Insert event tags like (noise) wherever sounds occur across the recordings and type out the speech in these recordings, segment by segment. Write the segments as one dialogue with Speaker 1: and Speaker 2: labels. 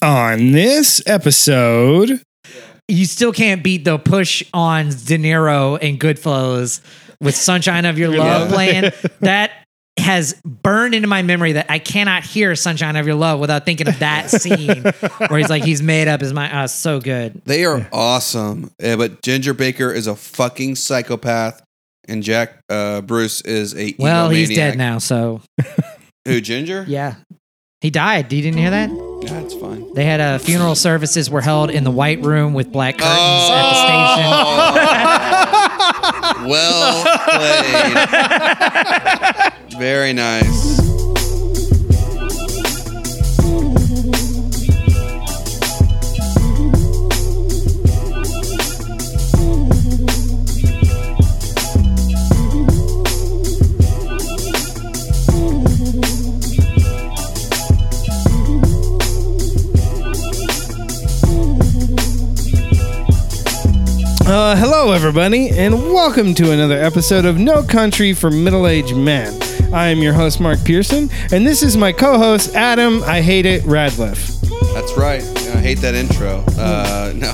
Speaker 1: On this episode,
Speaker 2: You still can't beat the push on De Niro and Goodfellas with Sunshine of Your Love playing. That has burned into my memory that I cannot hear Sunshine of Your Love without thinking of that
Speaker 1: (laughs)
Speaker 2: scene where he's like, he's made up his mind. Oh, it's so good.
Speaker 3: They are awesome. Yeah, but Ginger Baker is a fucking psychopath, and Jack uh, Bruce is a
Speaker 2: Well, he's
Speaker 3: egomaniac.
Speaker 2: dead now, so
Speaker 3: Who Ginger?
Speaker 2: yeah. He died. You didn't hear that?
Speaker 3: that's fine.
Speaker 2: They had uh, funeral services were held in the white room with black curtains at the station.
Speaker 3: Oh. well played.
Speaker 2: (laughs)
Speaker 3: Very nice.
Speaker 1: uh, hello everybody, and welcome to another episode of No Country for Middle Aged Men. I am your host Mark Pearson, and this is my co-host Adam. I hate it, Radliff.
Speaker 3: That's right. I hate that intro. Uh, no.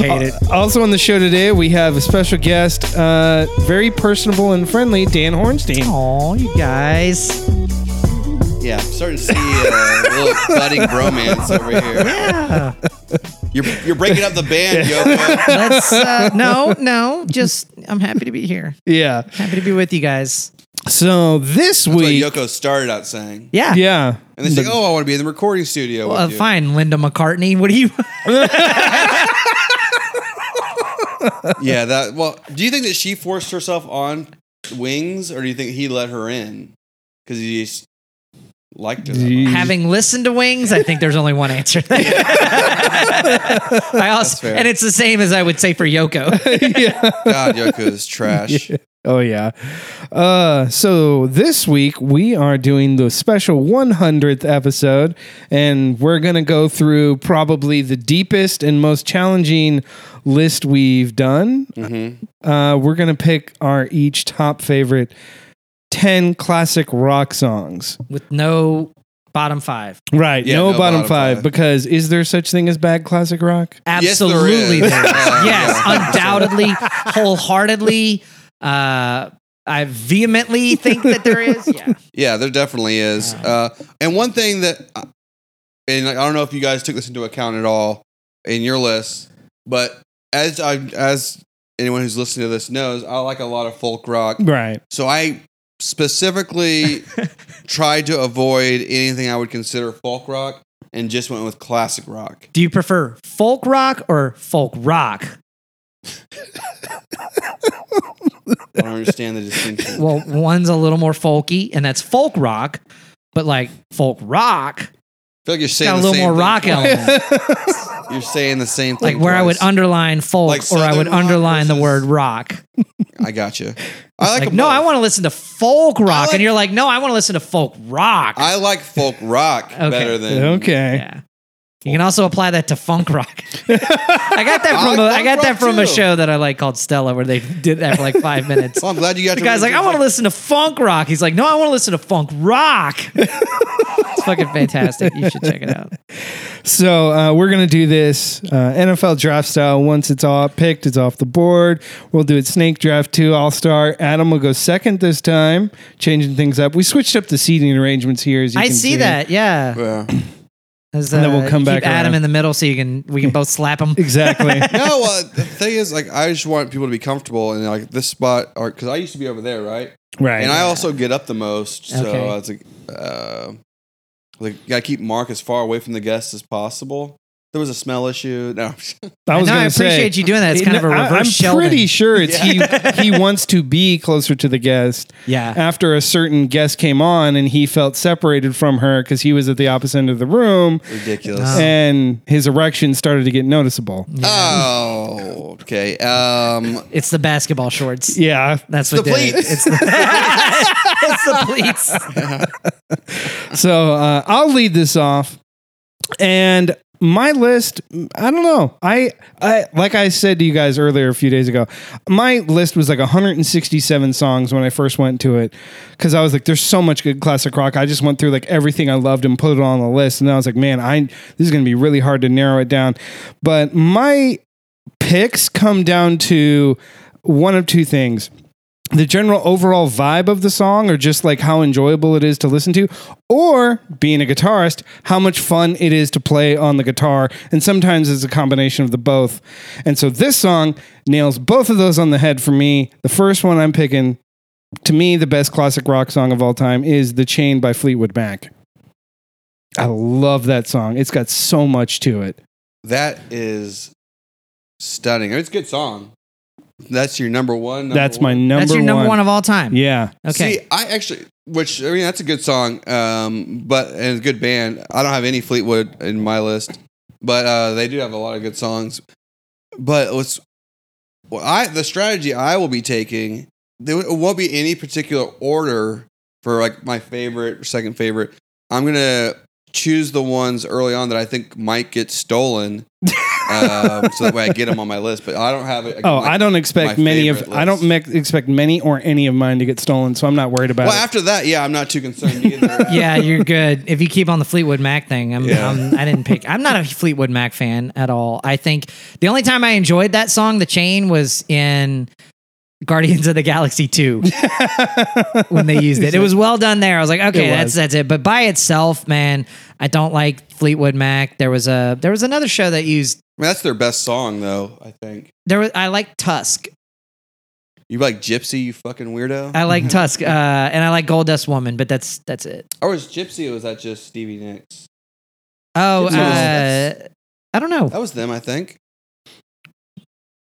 Speaker 2: Hate it.
Speaker 1: Also on the show today, we have a special guest, uh, very personable and friendly, Dan Hornstein.
Speaker 2: Aw, you guys.
Speaker 3: Yeah, I'm starting to see uh, a little budding bromance over here.
Speaker 2: Yeah.
Speaker 3: You're, you're breaking up
Speaker 2: (laughs)
Speaker 3: the band, Yoko.
Speaker 2: Let's uh, no, no. Just I'm happy to be here.
Speaker 1: Yeah.
Speaker 2: Happy to be with you guys.
Speaker 1: So this
Speaker 3: That's what
Speaker 1: week,
Speaker 3: Yoko started out saying.
Speaker 2: Yeah.
Speaker 1: yeah,
Speaker 3: And they say, oh, I want to be in the recording studio
Speaker 2: Uh,
Speaker 3: with you.
Speaker 2: fine, Linda McCartney. What do you? (laughs)
Speaker 3: Yeah, that. Well, do you think that she forced herself on Wings, or do you think he let her in because he just liked her? that
Speaker 1: Gee.
Speaker 3: much?
Speaker 2: Having listened to Wings, I think there's only one answer. (laughs) I also,
Speaker 3: fair.
Speaker 2: and it's the same as I would say for Yoko.
Speaker 1: yeah.
Speaker 3: God, Yoko is trash.
Speaker 1: Oh yeah. Uh, so this week we are doing the special 100th episode, and we're gonna go through probably the deepest and most challenging list we've done.
Speaker 3: Mhm.
Speaker 1: Uh, we're gonna pick our each top favorite 10 classic rock songs.
Speaker 2: with no bottom five.
Speaker 1: Right.
Speaker 3: Yeah,
Speaker 1: no,
Speaker 3: no
Speaker 1: bottom,
Speaker 3: bottom
Speaker 1: five,
Speaker 3: five.
Speaker 1: because is there such thing as bad classic rock?
Speaker 3: Yes, there
Speaker 2: Absolutely.
Speaker 3: is.
Speaker 2: there is.
Speaker 3: Yeah,
Speaker 2: yes,
Speaker 3: yeah. (laughs)
Speaker 2: undoubtedly, wholeheartedly. Uh, I vehemently think that there is. Yeah.
Speaker 3: (laughs) Yeah, there definitely is. Uh, and one thing that, uh, and like, I don't know if you guys took this into account at all in your list, but as I as anyone who's listening to this knows, I like a lot of folk rock.
Speaker 1: Right.
Speaker 3: So I specifically tried to avoid anything I would consider folk rock and just went with classic rock.
Speaker 2: Do you prefer folk rock or folk rock?
Speaker 3: I don't understand the
Speaker 2: (laughs)
Speaker 3: distinction.
Speaker 2: Well, one's a little more folky, and that's folk rock, but like folk rock
Speaker 3: I feel like you're saying
Speaker 2: got a
Speaker 3: the
Speaker 2: little
Speaker 3: same
Speaker 2: more
Speaker 3: thing (laughs)
Speaker 2: rock
Speaker 3: twice.
Speaker 2: element.
Speaker 3: You're saying the same thing.
Speaker 2: Like where I would
Speaker 3: twice.
Speaker 2: underline folk
Speaker 3: Like
Speaker 2: or I would
Speaker 3: Southern rock
Speaker 2: underline the
Speaker 3: versus-
Speaker 2: word rock.
Speaker 3: I got you. I like,
Speaker 2: Like,
Speaker 3: them
Speaker 2: no,
Speaker 3: both.
Speaker 2: I want to listen to folk rock.
Speaker 3: like-
Speaker 2: and you're like, no, I want to listen to folk rock.
Speaker 3: I like folk
Speaker 2: (laughs)
Speaker 3: rock better than
Speaker 1: Okay.
Speaker 2: yeah. You can also apply that to funk rock.
Speaker 1: (laughs)
Speaker 2: I got that
Speaker 3: (laughs) I
Speaker 2: from a,
Speaker 3: like
Speaker 2: I got
Speaker 3: funk
Speaker 2: that
Speaker 3: rock
Speaker 2: from a
Speaker 3: too.
Speaker 2: show that I like called Stella where they did that for like
Speaker 3: (laughs)
Speaker 2: five minutes.
Speaker 3: Well, I'm glad you got
Speaker 2: The
Speaker 3: to
Speaker 2: guy's like, I want to listen to funk rock. He's like, no, I want to listen to funk
Speaker 3: (laughs)
Speaker 2: rock. it's fucking fantastic. You should check it out.
Speaker 1: So uh, we're gonna do this uh, NFL draft style. Once it's all picked, it's off the board. We'll do it snake draft two all star. Adam will go second this time, changing things up. We switched up the seating arrangements here. As you
Speaker 2: I
Speaker 1: can
Speaker 2: see that. Yeah.
Speaker 3: Yeah.
Speaker 2: As,
Speaker 1: And then we'll come
Speaker 2: you
Speaker 1: back
Speaker 2: Keep Adam
Speaker 1: around.
Speaker 2: in the middle so you can we can both slap
Speaker 1: (laughs)
Speaker 2: him. (laughs)
Speaker 1: exactly.
Speaker 3: No, uh, the thing is, like, I just want people to be comfortable and like this spot, or because I used to be over there, right?
Speaker 1: right.
Speaker 3: And I also get up the most, so
Speaker 2: Okay.
Speaker 3: I was like, uh, like, gotta keep Mark as far away from the guests as possible. There was a smell issue.
Speaker 2: (laughs)
Speaker 3: No,
Speaker 1: I was
Speaker 2: no, I
Speaker 1: gonna say-
Speaker 2: appreciate you doing that. It's kind of a
Speaker 1: I-
Speaker 2: reverse
Speaker 1: I'm
Speaker 2: Sheldon.
Speaker 1: pretty sure it's
Speaker 2: (laughs)
Speaker 1: he. He wants to be closer to the guest.
Speaker 2: yeah.
Speaker 1: After a certain guest came on, and he felt separated from her because he was at the opposite end of the room,
Speaker 2: Oh,
Speaker 3: ridiculous.
Speaker 2: No.
Speaker 1: and his erection started to get noticeable.
Speaker 3: Oh, okay. Um,
Speaker 2: It's the basketball shorts.
Speaker 1: Yeah,
Speaker 2: That's
Speaker 3: the
Speaker 2: what did it.
Speaker 3: pleats.
Speaker 2: It's the, (laughs) it's the pleats.
Speaker 1: So uh, I'll lead this off. And my list i don't know I, I like i said to you guys earlier a few days ago my list was like 167 songs when i first went to it because i was like there's so much good classic rock i just went through like everything i loved and put it on the list and i was like man i this is going to be really hard to narrow it down but my picks come down to one of two things the general overall vibe of the song or just like how enjoyable it is to listen to or being a guitarist how much fun it is to play on the guitar and sometimes it's a combination of the both and so this song nails both of those on the head for me the first one i'm picking to me the best classic rock song of all time is the chain by fleetwood mac i love that song it's got so much to it
Speaker 3: That is stunning. I mean, it's a good song. That's your number one. number
Speaker 1: that's my
Speaker 3: one.
Speaker 1: number
Speaker 2: That's your number one. of all time.
Speaker 1: yeah
Speaker 2: Okay.
Speaker 3: See, I actually, which I mean, that's a good song, um, but and a good band. I don't have any Fleetwood in my list, but uh, they do have a lot of good songs. But what's well, I the strategy I will be taking there won't be any particular order for like my favorite, or second favorite. I'm gonna choose the ones early on that I think might get stolen, um, so that way I get them on my list. But I don't have it.
Speaker 1: (laughs) Oh,
Speaker 3: like,
Speaker 1: I don't expect
Speaker 3: my
Speaker 1: many of
Speaker 3: favorite
Speaker 1: I don't
Speaker 3: list.
Speaker 1: mec- expect many or any of mine to get stolen, so I'm not worried about
Speaker 3: Well,
Speaker 1: it.
Speaker 3: after that, yeah, I'm not too
Speaker 1: (laughs)
Speaker 3: concerned either.
Speaker 2: (laughs) yeah, you're good. If you keep on the Fleetwood Mac thing, I'm,
Speaker 3: Yeah.
Speaker 2: I'm, I didn't pick. I'm not a Fleetwood Mac fan at all. I think the only time I enjoyed that song, "The Chain," was in Guardians of the
Speaker 1: (laughs)
Speaker 2: Galaxy Two when they used it. It was well done there. I was like, okay,
Speaker 1: It was.
Speaker 2: that's that's it. But by itself, man, I don't like Fleetwood Mac. There was a there was another show that used
Speaker 3: I mean, that's their best song, though. I think
Speaker 2: there was I like Tusk.
Speaker 3: you like Gypsy, you fucking weirdo.
Speaker 2: I
Speaker 1: Mm-hmm.
Speaker 2: like Tusk, uh, and I like Goldust Woman. But that's that's it.
Speaker 3: or was Gypsy? Or was that just Stevie Nicks?
Speaker 2: Oh,
Speaker 3: Gypsy was-
Speaker 2: uh,
Speaker 3: that's-
Speaker 2: I don't know.
Speaker 3: That was them, I think.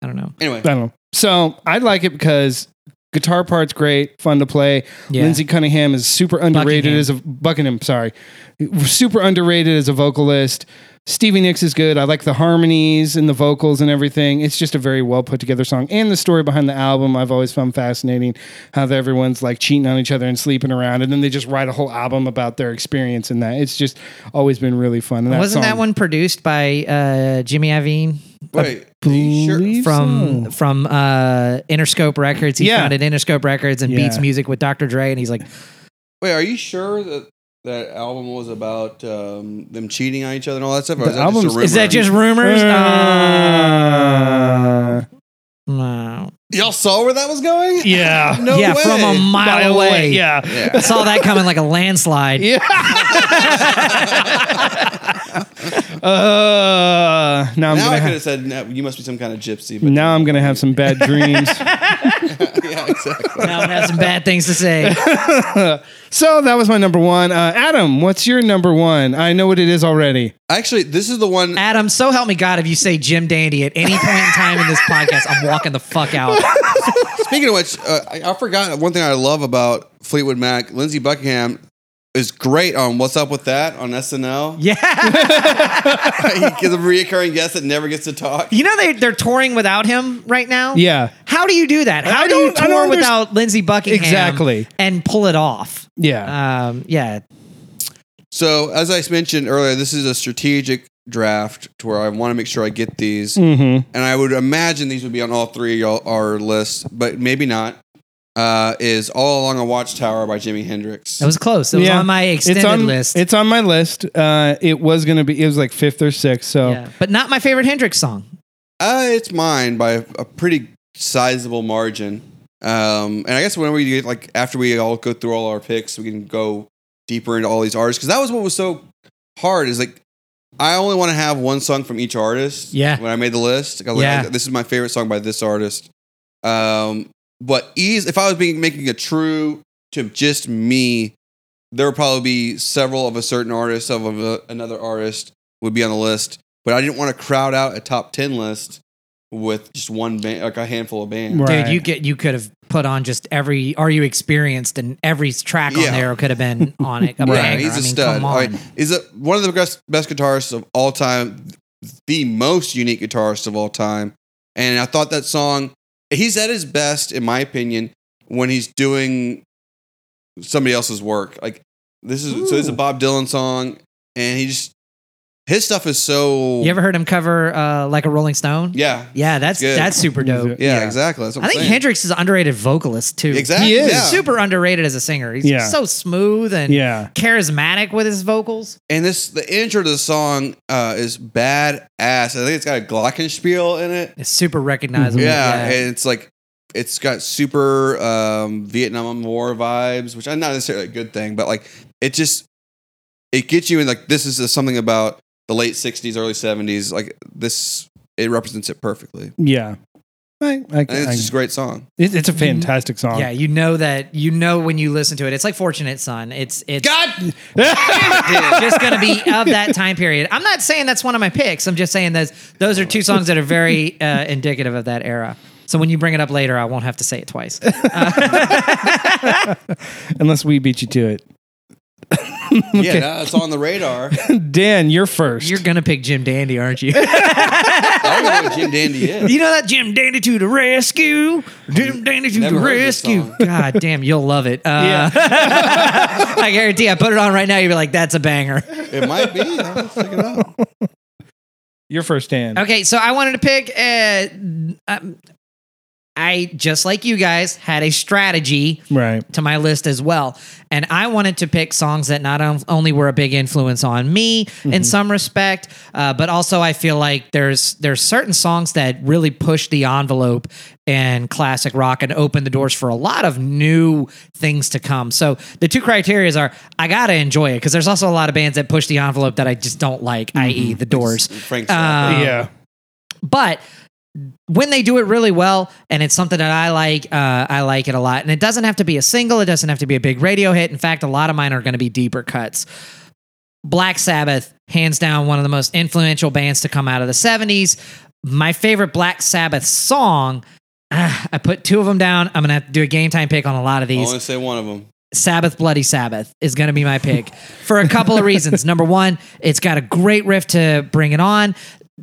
Speaker 2: I don't know.
Speaker 3: Anyway,
Speaker 1: I don't know. So I like it because guitar part's great, fun to play.
Speaker 2: Yeah.
Speaker 1: Lindsey Cunningham is super underrated
Speaker 2: Buckingham.
Speaker 1: as a Buckingham. Sorry, super underrated as a vocalist. Stevie Nicks is good. I like the harmonies and the vocals and everything. It's just a very well put together song. And the story behind the album, I've always found fascinating how that everyone's like cheating on each other and sleeping around. And then they just write a whole album about their experience in that. It's just always been really fun. And song-
Speaker 2: Wasn't that one produced by uh, Jimmy Iovine
Speaker 3: wait. are you sure?
Speaker 1: Believe
Speaker 2: from
Speaker 1: so.
Speaker 2: from uh, Interscope Records? He
Speaker 1: Yeah.
Speaker 2: founded Interscope Records and
Speaker 1: Yeah.
Speaker 2: Beats Music with Dr. Dre, and he's like,
Speaker 3: Wait, are you sure that that album was about um, them cheating on each other and all that stuff? Or
Speaker 1: The
Speaker 3: is that just a
Speaker 1: album's-
Speaker 3: rumor?
Speaker 2: "Is that just rumors?" Uh,
Speaker 1: Ah.
Speaker 2: no.
Speaker 3: y'all saw where that was going?
Speaker 1: yeah.
Speaker 3: No
Speaker 2: yeah,
Speaker 3: way.
Speaker 2: from a mile, away.
Speaker 1: Yeah.
Speaker 2: I (laughs)
Speaker 3: Yeah.
Speaker 2: saw that coming like a landslide.
Speaker 1: Uh, now I'm
Speaker 3: now I
Speaker 1: gonna
Speaker 3: could
Speaker 1: have,
Speaker 3: have said no, you must be some kind of gypsy. (laughs) But
Speaker 1: now I'm gonna have some
Speaker 2: (laughs)
Speaker 1: bad dreams.
Speaker 3: yeah, exactly.
Speaker 2: Now I have some bad things to say.
Speaker 1: so that was my number one. Uh, Adam, what's your number one? I know what it is already.
Speaker 3: Actually, this is the one.
Speaker 2: Adam, so help me God, if you say Jim Dandy at any point in time in this podcast, I'm walking the fuck out.
Speaker 3: Speaking of which, uh, I, I forgot one thing I love about Fleetwood Mac. Lindsey Buckingham is great on "What's Up with That" on SNL.
Speaker 2: Yeah. (laughs)
Speaker 3: (laughs) He's a reoccurring guest that never gets to talk.
Speaker 2: You know they they're touring without him right now?
Speaker 1: Yeah,
Speaker 2: How do you do that? How
Speaker 1: I
Speaker 2: do you
Speaker 1: don't- I
Speaker 2: tour
Speaker 1: don't underst-
Speaker 2: without Lindsey Buckingham
Speaker 1: Exactly.
Speaker 2: and pull it off?
Speaker 1: yeah.
Speaker 2: Um, yeah.
Speaker 3: So, as I mentioned earlier, this is a strategic draft to where I want to make sure I get these.
Speaker 1: mm-hmm.
Speaker 3: And I would imagine these would be on all three of y'all, our lists, but maybe not. Uh, is All Along a Watchtower by Jimi Hendrix.
Speaker 2: That was close. It was on my extended
Speaker 1: it's on,
Speaker 2: list.
Speaker 1: It's on my list. Uh, it was gonna be. It was like fifth or sixth. So
Speaker 2: yeah. But not my favorite Hendrix song.
Speaker 3: Uh, it's mine by a pretty sizable margin. Um, and I guess whenever we get like after we all go through all our picks, we can go deeper into all these artists because that was what was so hard is like I only want to have one song from each artist.
Speaker 2: Yeah.
Speaker 3: When I made the list, Like, I was
Speaker 2: Yeah.
Speaker 3: like, this is my favorite song by this artist. Um, but ease if I was being making a true to just me, there would probably be several of a certain artist of, of a, another artist would be on the list. But I didn't want to crowd out a top ten list with just one band, like a handful of bands.
Speaker 1: Right.
Speaker 2: Dude, you get you could have put on just every Are You Experienced and every track on
Speaker 3: Yeah.
Speaker 2: there could
Speaker 1: (laughs)
Speaker 2: have been on it. A
Speaker 3: Right,
Speaker 2: banger.
Speaker 3: he's a
Speaker 2: I mean,
Speaker 3: stud.
Speaker 2: Come
Speaker 3: All
Speaker 2: on.
Speaker 3: right, He's a, one of the best, best guitarists of all time, the most unique guitarist of all time. And I thought that song, he's at his best, in my opinion, when he's doing somebody else's work. Like this is so. This is a
Speaker 2: Ooh.
Speaker 3: Bob Dylan song, and he just His stuff is so.
Speaker 2: You ever heard him cover uh, like a Rolling Stone?
Speaker 3: yeah.
Speaker 2: Yeah, that's
Speaker 3: Good.
Speaker 2: that's super dope.
Speaker 3: Yeah, exactly. That's what
Speaker 2: I
Speaker 3: I'm
Speaker 2: think
Speaker 3: saying.
Speaker 2: Hendrix is an underrated vocalist too.
Speaker 3: Exactly.
Speaker 1: He is.
Speaker 3: yeah.
Speaker 2: Super underrated as a singer. He's
Speaker 1: Yeah.
Speaker 2: so smooth and
Speaker 1: Yeah.
Speaker 2: charismatic with his vocals.
Speaker 3: And this, the intro to the song uh, is badass. I think it's got a Glockenspiel in it.
Speaker 2: It's super recognizable.
Speaker 3: Mm-hmm. Yeah, and it's like it's got super um, Vietnam War vibes, which I'm not necessarily a good thing, but like it just it gets you in like this is uh, something about the late '60s, early '70s. Like this, it represents it perfectly.
Speaker 1: Yeah. I, I,
Speaker 3: And it's
Speaker 1: I-
Speaker 3: just a great song.
Speaker 1: it- it's a fantastic song.
Speaker 2: Mm-hmm. Yeah, you know that you know when you listen to it. It's like Fortunate Son. It's it's
Speaker 3: God,
Speaker 2: (laughs) just going to be of that time period. I'm not saying that's one of my picks. I'm just saying those those are two songs that are very uh, indicative of that era. So when you bring it up later, I won't have to say it twice.
Speaker 1: Unless we beat you to it.
Speaker 3: yeah, now it's on the radar.
Speaker 1: Dan, you're first. (laughs)
Speaker 2: You're gonna pick Jim Dandy, aren't you?
Speaker 3: I don't know what Jim Dandy is.
Speaker 2: you know that Jim Dandy to the rescue, Jim Dandy to
Speaker 3: Never
Speaker 2: the
Speaker 3: heard this
Speaker 2: rescue.
Speaker 3: song.
Speaker 2: God damn, you'll love it. Uh, (laughs) I guarantee. I put it on right now. You'll be like, that's a banger.
Speaker 3: It
Speaker 2: (laughs)
Speaker 3: might be. Let's check it out.
Speaker 1: You're first, Dan.
Speaker 2: Okay, so I wanted to pick. Uh, um, I just like you guys had a strategy
Speaker 1: Right.
Speaker 2: to my list as well. And I wanted to pick songs that not on- only were a big influence on me in some respect, uh, but also I feel like there's there's certain songs that really push the envelope in classic rock and open the doors for a lot of new things to come. So the two criterias are I gotta enjoy it because there's also a lot of bands that push the envelope that I just don't like, i.e. the Doors.
Speaker 3: Frank
Speaker 2: Uh,
Speaker 3: Sinatra.
Speaker 1: yeah.
Speaker 2: But when they do it really well, and it's something that I like, uh, I like it a lot. And it doesn't have to be a single, it doesn't have to be a big radio hit. In fact, a lot of mine are going to be deeper cuts. Black Sabbath, hands down, one of the most influential bands to come out of the 70s. My favorite Black Sabbath song, ah, I put two of them down. I'm going to have to do a game time pick on a lot of
Speaker 3: I
Speaker 2: these.
Speaker 3: only say one of them.
Speaker 2: Sabbath Bloody Sabbath is going to be my pick for a couple of reasons. Number one, it's got a great riff to bring it on.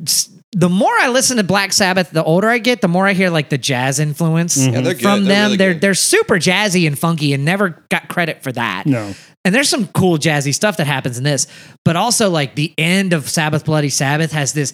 Speaker 2: S- The more I listen to Black Sabbath, the older I get, the more I hear like the jazz influence
Speaker 3: Mm-hmm. Yeah, they're good.
Speaker 2: from
Speaker 3: They're
Speaker 2: them.
Speaker 3: really
Speaker 2: they're
Speaker 3: good.
Speaker 2: they're super jazzy and funky, and never got credit for that.
Speaker 1: No.
Speaker 2: And there's some cool jazzy stuff that happens in this, but also like the end of Sabbath Bloody Sabbath has this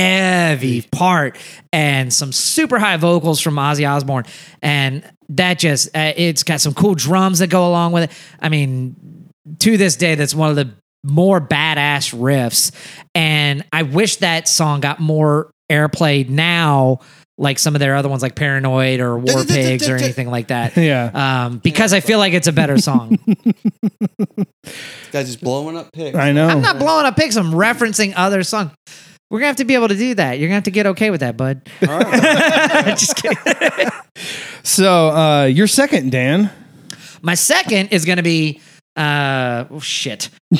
Speaker 2: heavy part and some super high vocals from Ozzy Osbourne, and that just uh, it's got some cool drums that go along with it. I mean, to this day, that's one of the more badass riffs, and I wish that song got more airplay now, like some of their other ones, like Paranoid or War Pigs or anything like that.
Speaker 1: Yeah.
Speaker 2: Um, because I feel like it's a better song.
Speaker 3: This guy's just blowing up picks.
Speaker 1: I know.
Speaker 2: I'm not blowing up picks. I'm referencing other songs. We're gonna have to be able to do that. You're gonna have to get okay with that, bud.
Speaker 3: All right.
Speaker 2: Just (laughs) kidding.
Speaker 1: so uh, you're second, Dan.
Speaker 2: My second is gonna be uh oh, shit. (laughs)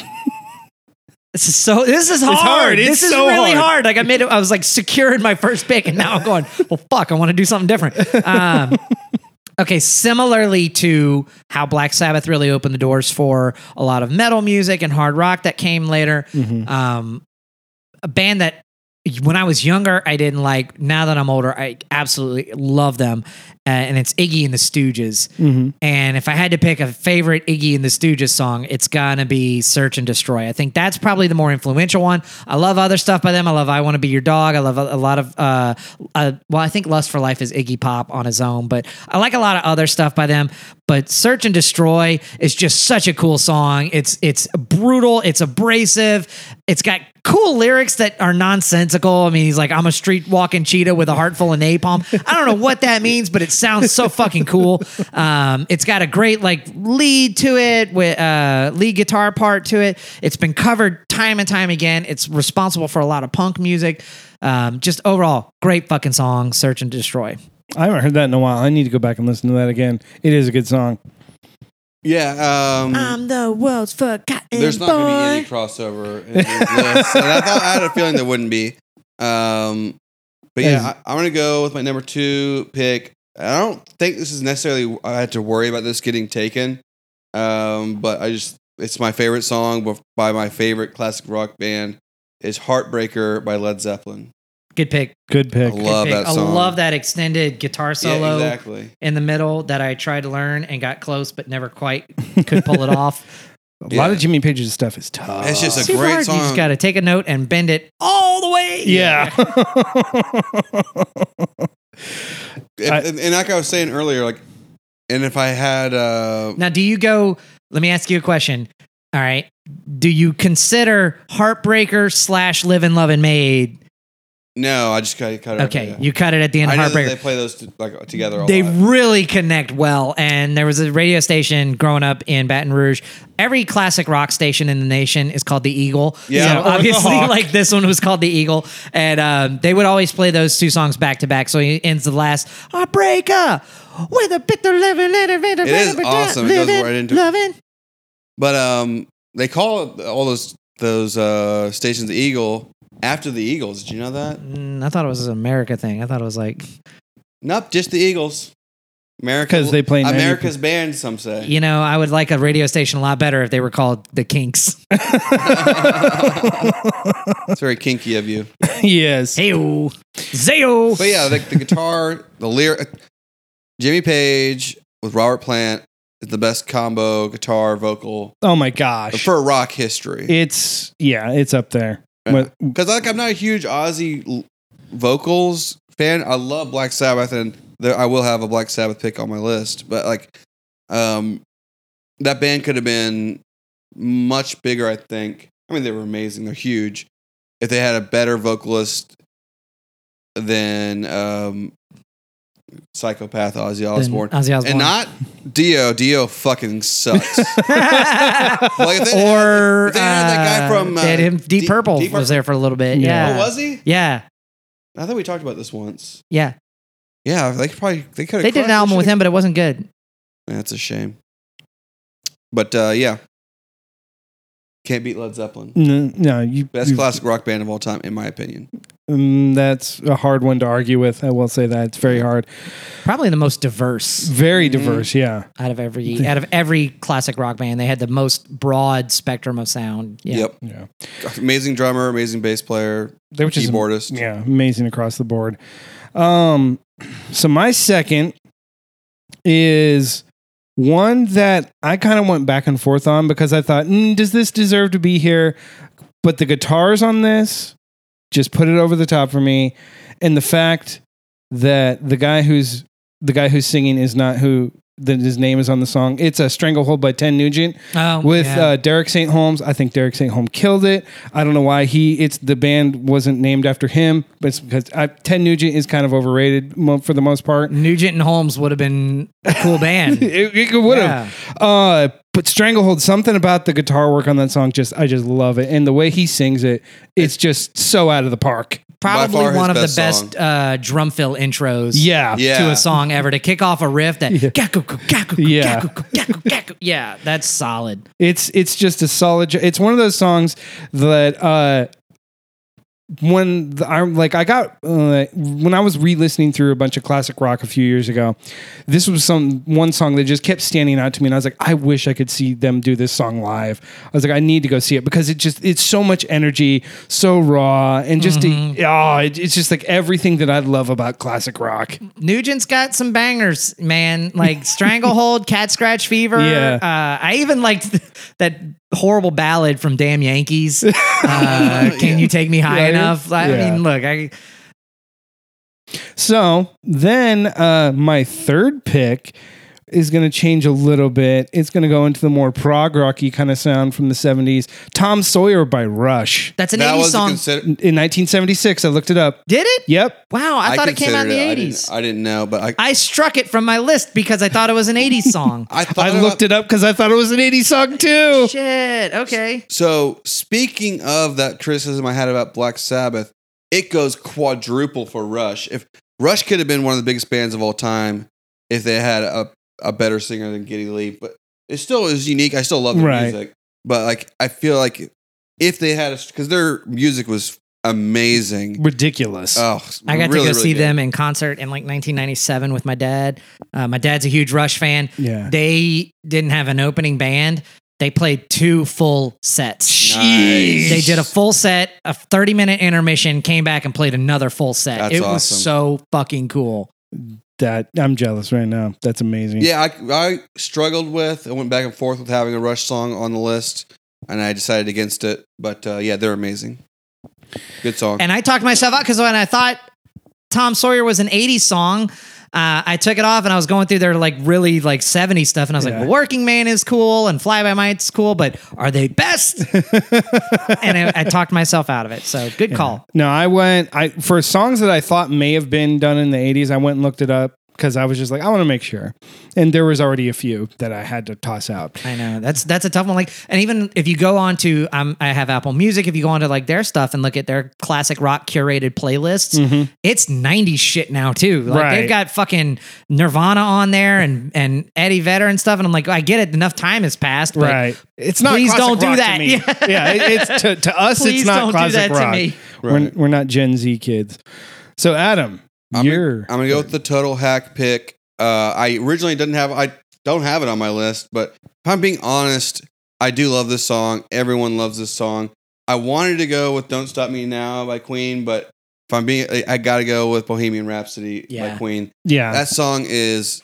Speaker 2: This is so. This is hard.
Speaker 1: hard. It's
Speaker 2: this is
Speaker 1: so
Speaker 2: really
Speaker 1: hard.
Speaker 2: hard. Like I made. it- I was like secure in my first pick, and now I'm going. Well, fuck. I want to do something different.
Speaker 1: (laughs)
Speaker 2: Um, okay. Similarly to how Black Sabbath really opened the doors for a lot of metal music and hard rock that came later.
Speaker 1: Mm-hmm.
Speaker 2: um, a band that when I was younger I didn't like. Now that I'm older, I absolutely love them, uh, and it's Iggy and the Stooges. And if I had to pick a favorite Iggy and the Stooges song, it's gonna be "Search and Destroy." I think that's probably the more influential one. I love other stuff by them. I love "I Want to Be Your Dog." I love a, a lot of. Uh, uh, well, I think "Lust for Life" is Iggy Pop on his own, but I like a lot of other stuff by them. But "Search and Destroy" is just such a cool song. It's it's brutal. It's abrasive. It's got cool lyrics that are nonsensical. I mean, he's like, I'm a street walking cheetah with a heart full of napalm. I don't know what that means, but it sounds so fucking cool. Um, it's got a great like lead to it with uh, lead guitar part to it. It's been covered time and time again. It's responsible for a lot of punk music. Um, just overall, great fucking song, Search and Destroy.
Speaker 1: I haven't heard that in a while. I need to go back and listen to that again. It is a good song.
Speaker 3: Yeah. Um,
Speaker 4: I'm the world's forgotten
Speaker 3: There's not going to be any
Speaker 4: boy.
Speaker 3: crossover in these lists. And I thought I had a feeling there wouldn't be. Um, but yeah, I, I'm going to go with my number two pick. I don't think this is necessarily I had to worry about this getting taken. Um, but I just it's my favorite song bef- by my favorite classic rock band is Heartbreaker by Led Zeppelin.
Speaker 2: Good pick.
Speaker 1: Good
Speaker 3: I
Speaker 1: pick.
Speaker 2: Good
Speaker 3: love
Speaker 2: pick.
Speaker 3: that song.
Speaker 2: I love that extended guitar solo.
Speaker 3: Yeah, exactly.
Speaker 2: in the middle that I tried to learn and got close but never quite could pull it off.
Speaker 1: A
Speaker 3: Yeah.
Speaker 1: lot of Jimmy Page's stuff is tough.
Speaker 3: (laughs) It's just a
Speaker 2: Super
Speaker 3: great
Speaker 2: hard. You
Speaker 3: song.
Speaker 2: just got to take a note and bend it all the
Speaker 1: (laughs)
Speaker 2: way. (laughs)
Speaker 1: yeah.
Speaker 3: and,
Speaker 1: I-
Speaker 3: and- and like I was saying earlier, like, and if I had, uh,
Speaker 2: Now, do you go? Let me ask you a question. All right. Do you consider Heartbreaker slash Live and Love and Made?
Speaker 3: no, I just cut, cut it. out,
Speaker 2: Okay,
Speaker 3: yeah.
Speaker 2: you cut it at the end
Speaker 3: I
Speaker 2: of
Speaker 3: know that they
Speaker 2: Heartbreaker.
Speaker 3: play those t- like together. A
Speaker 2: They
Speaker 3: lot.
Speaker 2: really connect well. And there was a radio station growing up in Baton Rouge. Every classic rock station in the nation is called the Eagle.
Speaker 3: Yeah.
Speaker 2: So
Speaker 3: Or
Speaker 2: (laughs)
Speaker 3: the (laughs)
Speaker 2: obviously,
Speaker 1: Hawk.
Speaker 2: like this one was called the Eagle, and um, they would always play those two songs back to back. So he ends the last "Heartbreaker" with a bitter living, living, living,
Speaker 3: It is awesome. It goes
Speaker 2: living,
Speaker 3: right into it.
Speaker 2: loving.
Speaker 3: But um, they call all those those uh, stations the Eagle after the Eagles. Did you know that?
Speaker 2: Mm, I thought it was an America thing. I thought it was like
Speaker 3: Nope, just the Eagles. America
Speaker 1: 'Cause they play 90
Speaker 3: America's band. Some say.
Speaker 2: you know I would like a radio station a lot better if they were called the Kinks.
Speaker 3: It's very kinky
Speaker 1: (laughs)
Speaker 3: of you.
Speaker 1: yes.
Speaker 2: Heyo, Zayo.
Speaker 3: But yeah, like the guitar, the lyric, Jimmy Page with Robert Plant is the best combo guitar vocal
Speaker 1: Oh my gosh.
Speaker 3: for rock history.
Speaker 1: it's yeah, it's up there. (laughs) But-
Speaker 3: Because like I'm not a huge Ozzy l- vocals fan. I love Black Sabbath, and there, I will have a Black Sabbath pick on my list. But like, um, that band could have been much bigger. I think. I mean, they were amazing. They're huge. If they had a better vocalist than um, psychopath Ozzy Osbourne,
Speaker 2: Ozzy Osbourne.
Speaker 3: and not Dio. Dio
Speaker 2: (laughs)
Speaker 3: fucking sucks. like if they had-
Speaker 2: or
Speaker 3: they had that guy from, uh,
Speaker 2: they had him, Deep,
Speaker 3: Deep-
Speaker 2: Purple
Speaker 3: Deep
Speaker 2: was
Speaker 3: Purple.
Speaker 2: there for a little bit.
Speaker 1: Yeah.
Speaker 2: Yeah.
Speaker 3: oh, was he?
Speaker 2: Yeah.
Speaker 3: I thought we talked about this once.
Speaker 2: Yeah.
Speaker 3: Yeah, they could probably they could.
Speaker 2: They did an album with him, but it wasn't good.
Speaker 3: That's a shame. But uh, yeah, can't beat Led Zeppelin.
Speaker 1: No, no, you
Speaker 3: Best
Speaker 1: you-
Speaker 3: classic rock band of all time, in my opinion.
Speaker 1: mm, that's a hard one to argue with. I will say that it's very hard,
Speaker 2: Probably the most diverse
Speaker 1: very
Speaker 3: Mhm.
Speaker 1: diverse. Yeah,
Speaker 2: out of (laughs) every out of every classic rock band. They had the most broad spectrum of sound. Yeah.
Speaker 3: Yep,
Speaker 1: yeah,
Speaker 3: amazing drummer, amazing bass player,
Speaker 1: they were just
Speaker 3: keyboardist.
Speaker 1: yeah amazing across the board. Um, so my second is one that I kind of went back and forth on because I thought, mm, does this deserve to be here? But the guitars on this just put it over the top for me, and the fact that the guy who's the guy who's singing is not who that his name is on the song. It's a stranglehold by Ten Nugent
Speaker 2: Oh,
Speaker 1: with
Speaker 2: yeah.
Speaker 1: uh, Derek St. Holmes. I think Derek St. Holmes killed it. I don't know why he. It's the band wasn't named after him, but it's because I, Ted Nugent is kind of overrated mo- for the most part.
Speaker 2: Nugent and Holmes would have been a cool (laughs) band.
Speaker 1: It, would
Speaker 2: Yeah.
Speaker 1: have, uh, but Stranglehold. Something about the guitar work on that song. Just I just love it, and the way he sings it. It's just so out of the park.
Speaker 2: Probably
Speaker 3: far his
Speaker 2: one of
Speaker 3: best
Speaker 2: the best uh, drum fill intros.
Speaker 1: Yeah,
Speaker 3: Yeah.
Speaker 2: To a song ever to kick off a riff (laughs) that gaku-ku, gaku-ku,
Speaker 1: Yeah.
Speaker 2: gaku-ku, gaku-ku, gaku-ku. yeah, that's solid.
Speaker 1: It's it's just a solid. It's one of those songs that uh, when the, I'm like I got uh, when I was re-listening through a bunch of classic rock a few years ago, this was some one song that just kept standing out to me, and I was like, I wish I could see them do this song live. I was like, I need to go see it because it just it's so much energy, so raw, and just oh, it, it's just like everything that I love about classic rock.
Speaker 2: Nugent's got some bangers, man.
Speaker 1: (laughs)
Speaker 2: Like Stranglehold, Cat Scratch Fever.
Speaker 1: Yeah.
Speaker 2: Uh, I even liked that horrible ballad from
Speaker 1: (laughs)
Speaker 2: Damn Yankees. Uh, Can you take me high
Speaker 1: Right?
Speaker 2: enough? I
Speaker 1: Yeah.
Speaker 2: mean, look, I
Speaker 1: So then uh, my third pick is going to change a little bit. It's going to go into the more prog rocky kind of sound from the 70s. Tom Sawyer by Rush.
Speaker 2: that's an
Speaker 3: that
Speaker 2: 80s
Speaker 3: was
Speaker 2: song.
Speaker 3: considered.
Speaker 1: In 1976, I looked it up.
Speaker 2: Did it?
Speaker 1: Yep.
Speaker 2: Wow, I, thought it came out in the 80s.
Speaker 3: I didn't, I didn't know, but I
Speaker 2: I struck it from my list because I thought it was an
Speaker 1: (laughs)
Speaker 2: 80s song.
Speaker 3: I, thought
Speaker 1: I looked it up because I thought it was an 80s song too.
Speaker 2: Shit, okay.
Speaker 3: So speaking of that criticism I had about Black Sabbath, it goes quadruple for Rush. If Rush could have been one of the biggest bands of all time, if they had a, a better singer than Geddy Lee, but it still is unique. I still love the
Speaker 1: Right.
Speaker 3: music, but like I feel like if they had a because their music was amazing.
Speaker 1: Ridiculous.
Speaker 3: Oh,
Speaker 2: I got to
Speaker 3: really,
Speaker 2: go
Speaker 3: really
Speaker 2: see
Speaker 3: good.
Speaker 2: them in concert in like 1997 with my dad. Uh, my dad's a huge Rush fan.
Speaker 1: yeah.
Speaker 2: they didn't have an opening band. They played two full sets.
Speaker 1: Jeez.
Speaker 2: They did a full set, a 30 minute intermission, came back and played another full set.
Speaker 3: That's
Speaker 2: it was
Speaker 3: awesome.
Speaker 2: so fucking cool.
Speaker 1: that I'm jealous right now. That's amazing.
Speaker 3: Yeah, I, I struggled with. I went back and forth with having a Rush song on the list, and I decided against it. But uh, yeah, they're amazing. Good song.
Speaker 2: And I talked myself out because when I thought Tom Sawyer was an 80s song, uh, I took it off and I was going through their like really like 70s stuff. And I was
Speaker 1: Yeah.
Speaker 2: like, well, Working Man is cool and Fly By Night's cool, but are they best? and I, I talked myself out of it. So good call.
Speaker 1: No, I went I for songs that I thought may have been done in the 80s, I went and looked it up because I was just like, I want to make sure. And there was already a few that I had to toss out.
Speaker 2: I know that's that's a tough one. Like, and even if you go on to, um, I have Apple Music. If you go on to like their stuff and look at their classic rock curated playlists, it's '90s shit now too. Like
Speaker 1: Mm-hmm. Right.
Speaker 2: they've got fucking Nirvana on there and and Eddie Vedder and stuff. And I'm like, I get it. Enough time has passed. But
Speaker 1: Right. It's not
Speaker 2: please
Speaker 1: classic
Speaker 2: don't do
Speaker 1: rock To
Speaker 2: that.
Speaker 1: me.
Speaker 2: (laughs)
Speaker 1: yeah,
Speaker 2: Yeah.
Speaker 1: it-
Speaker 2: (laughs)
Speaker 1: it's to, to us
Speaker 2: Please
Speaker 1: it's not
Speaker 2: don't do
Speaker 1: classic
Speaker 2: that to
Speaker 1: rock.
Speaker 2: me.
Speaker 1: We're,
Speaker 3: Right.
Speaker 1: we're not Gen Z kids. So Adam,
Speaker 3: I'm gonna-
Speaker 1: you're
Speaker 3: I'm gonna go with the total hack pick. Uh, I originally didn't have I don't have it on my list, but if I'm being honest, I do love this song. Everyone loves this song. I wanted to go with "Don't Stop Me Now" by Queen, but if I'm being, I- I gotta go with "Bohemian Rhapsody" by
Speaker 2: Yeah.
Speaker 3: Queen.
Speaker 1: yeah.
Speaker 3: That song is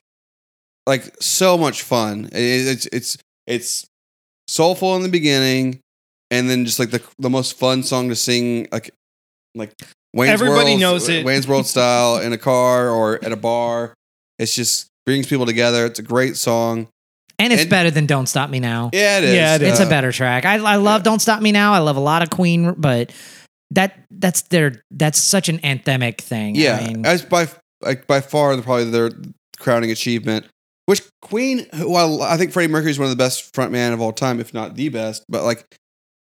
Speaker 3: like so much fun. It- it's it's it's soulful in the beginning, and then just like the the most fun song to sing like like Wayne's
Speaker 1: Everybody
Speaker 3: World-
Speaker 1: knows it.
Speaker 3: Wayne's World style in a car or at a bar. It's just brings people together. It's a great song.
Speaker 2: and it's
Speaker 3: And-
Speaker 2: better than Don't Stop Me Now.
Speaker 3: Yeah, it is.
Speaker 1: Yeah, it is.
Speaker 2: It's a
Speaker 3: Uh,
Speaker 2: better track. I, I love Don't Stop Me Now. I love a lot of Queen, but that that's their that's such an anthemic thing. I
Speaker 3: Yeah,
Speaker 2: mean,
Speaker 3: as by like by far the probably their crowning achievement. Which Queen, who I, I think Freddie Mercury is one of the best frontman of all time, if not the best. But like,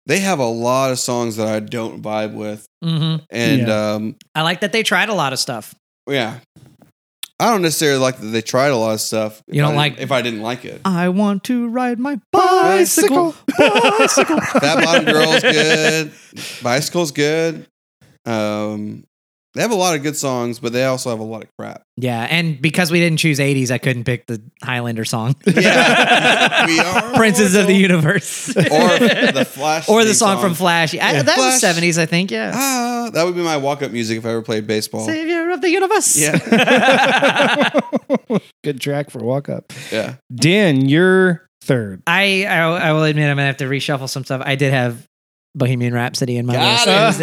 Speaker 3: they have a lot of songs that I don't vibe with,
Speaker 2: mhm.
Speaker 3: and um,
Speaker 2: I like that they tried a lot of stuff.
Speaker 3: yeah, I don't necessarily like that they tried a lot of stuff.
Speaker 2: You don't
Speaker 3: I didn't-
Speaker 2: like-
Speaker 3: if I didn't like it.
Speaker 2: I want to ride my
Speaker 1: Bicycle.
Speaker 2: bicycle. bicycle.
Speaker 3: Fat
Speaker 2: (laughs)
Speaker 3: Bottom Girl's good. Bicycle's good. Um, they have a lot of good songs, but they also have a lot of crap.
Speaker 2: Yeah, and because we didn't choose 80s, I couldn't pick the Highlander
Speaker 3: (laughs)
Speaker 2: song.
Speaker 3: Yeah, (laughs) we
Speaker 2: (laughs)
Speaker 3: are
Speaker 2: Princes of the
Speaker 3: mortal.
Speaker 2: Universe. (laughs)
Speaker 3: or the Flash,
Speaker 2: Or the
Speaker 3: theme
Speaker 2: song from Flash. I-
Speaker 1: Yeah.
Speaker 2: that
Speaker 3: Flash.
Speaker 2: was 70s, I think, yeah.
Speaker 3: Ah, that would be my walk-up music if I ever played baseball.
Speaker 2: Savior of the universe.
Speaker 3: Yeah.
Speaker 1: (laughs) Good track for walk up.
Speaker 3: Yeah,
Speaker 1: Dan, you're third.
Speaker 2: (laughs) I, I I will admit I'm gonna have to reshuffle some stuff. I did have Bohemian Rhapsody in my
Speaker 3: Got
Speaker 1: Uh,
Speaker 2: list. It. was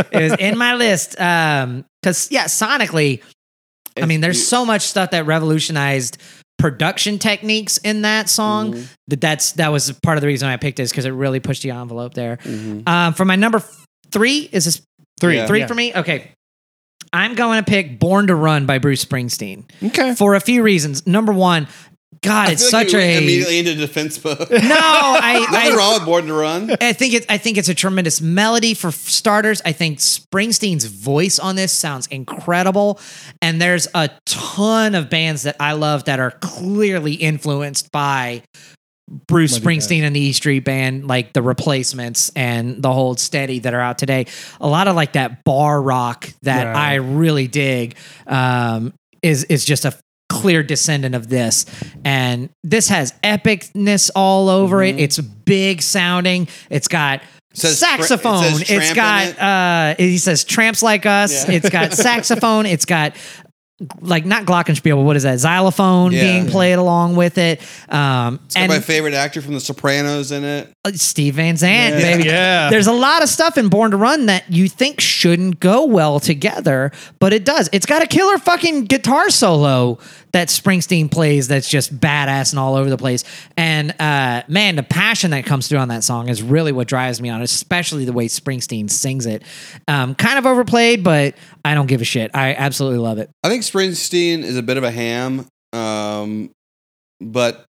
Speaker 2: in, it was in my list. Um, because yeah, sonically, I mean, there's so much stuff that revolutionized production techniques in that song
Speaker 3: Mhm,
Speaker 2: that that's that was part of the reason I picked it is because it really pushed the envelope there.
Speaker 3: mhm.
Speaker 2: Um, for my number f- three, is this
Speaker 1: Three.
Speaker 3: Yeah.
Speaker 2: three for me? Okay. I'm going to pick Born to Run by Bruce Springsteen
Speaker 1: (laughs) Okay.
Speaker 2: for a few reasons. Number one, God,
Speaker 3: I
Speaker 2: it's
Speaker 3: feel like
Speaker 2: such
Speaker 3: you went
Speaker 2: a
Speaker 3: immediately into
Speaker 2: (laughs)
Speaker 3: defense mode.
Speaker 2: no.
Speaker 3: (laughs)
Speaker 2: I,
Speaker 3: Nothing
Speaker 2: I
Speaker 3: wrong with Born to Run.
Speaker 2: I think it. I think it's a tremendous melody for f- starters. I think Springsteen's voice on this sounds incredible, and there's a ton of bands that I love that are clearly influenced by Bruce
Speaker 1: Bloody
Speaker 2: Springsteen and the E Street Band, like the Replacements and the Hold Steady that are out today. A lot of like that bar rock that
Speaker 1: Yeah.
Speaker 2: I really dig um, is is just a clear descendant of this. And this has epicness all over
Speaker 3: Mhm.
Speaker 2: it. It's big sounding. It's got
Speaker 3: Says tra- it says
Speaker 2: saxophone. it's
Speaker 3: tramp
Speaker 2: got
Speaker 3: in it.
Speaker 2: uh he says tramps like us.
Speaker 3: Yeah.
Speaker 2: It's
Speaker 3: (laughs)
Speaker 2: got saxophone. It's got like not glockenspiel, but what is that? Xylophone
Speaker 3: Yeah.
Speaker 2: being
Speaker 3: Yeah.
Speaker 2: played along with it. Um
Speaker 3: It's got
Speaker 2: and
Speaker 3: my favorite actor from The Sopranos in it.
Speaker 2: uh, Steve Van Zandt,
Speaker 1: Yeah.
Speaker 2: baby.
Speaker 1: Yeah.
Speaker 2: There's a lot of stuff in Born to Run that you think shouldn't go well together, but it does. It's got a killer fucking guitar solo that Springsteen plays that's just badass and all over the place. And uh, man, the passion that comes through on that song is really what drives me on, it, especially the way Springsteen sings it. Um, kind of overplayed, but I don't give a shit. I absolutely love it.
Speaker 3: I think Springsteen is a bit of a ham, um, but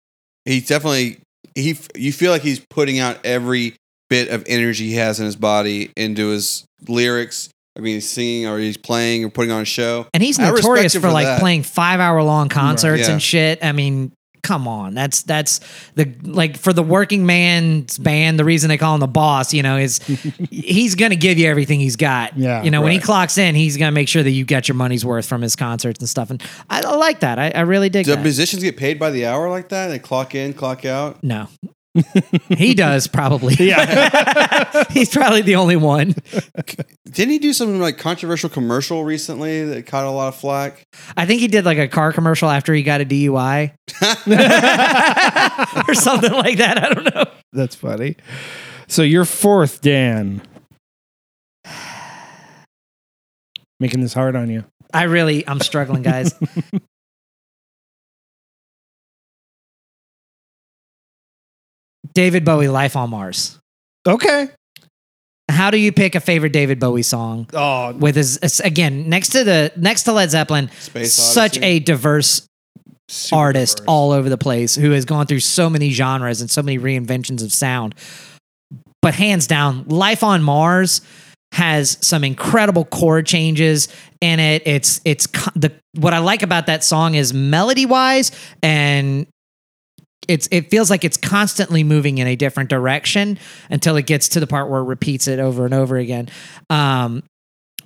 Speaker 3: he definitely he you feel like he's putting out every bit of energy he has in his body into his lyrics. I mean, he's singing or he's playing or putting on a show.
Speaker 2: And he's
Speaker 3: I respect
Speaker 2: notorious
Speaker 3: him
Speaker 2: for
Speaker 3: for
Speaker 2: like
Speaker 3: that.
Speaker 2: playing five hour long concerts
Speaker 3: yeah.
Speaker 2: and shit. I mean, come on. That's that's the like for the working man's band, the reason they call him the boss, you know,
Speaker 3: (laughs)
Speaker 2: is he's gonna give you everything he's got.
Speaker 1: Yeah,
Speaker 2: You know, when he
Speaker 3: right.
Speaker 2: clocks in, he's gonna make sure that you get your money's worth from his concerts and stuff. And I, I like that. I, I really dig
Speaker 3: Do
Speaker 2: that.
Speaker 3: (laughs) musicians get paid by the hour like that and clock in, clock out?
Speaker 2: no. He does probably. Yeah. (laughs) He's probably the only one.
Speaker 3: Didn't he do some like controversial commercial recently that caught a lot of flack?
Speaker 2: I think he did like a car commercial after he got a
Speaker 3: (laughs)
Speaker 2: DUI (laughs) or something like that. I don't know.
Speaker 1: That's funny. So you're fourth,
Speaker 2: (sighs)
Speaker 1: Dan. Making this hard on you.
Speaker 2: I really, I'm struggling, guys. David Bowie, Life on Mars.
Speaker 1: Okay.
Speaker 2: How do you pick a favorite David Bowie song?
Speaker 1: Oh,
Speaker 2: With his it's- again next to the next to Led Zeppelin,
Speaker 3: Space
Speaker 2: such
Speaker 3: Odyssey.
Speaker 2: a diverse
Speaker 1: super
Speaker 2: artist
Speaker 1: diverse.
Speaker 2: all over the place who has gone through so many genres and so many reinventions of sound. But hands down, Life on Mars has some incredible chord changes in it. It's it's co- the what I like about that song is melody wise and it's it feels like it's constantly moving in a different direction until it gets to the part where it repeats it over and over again. Um,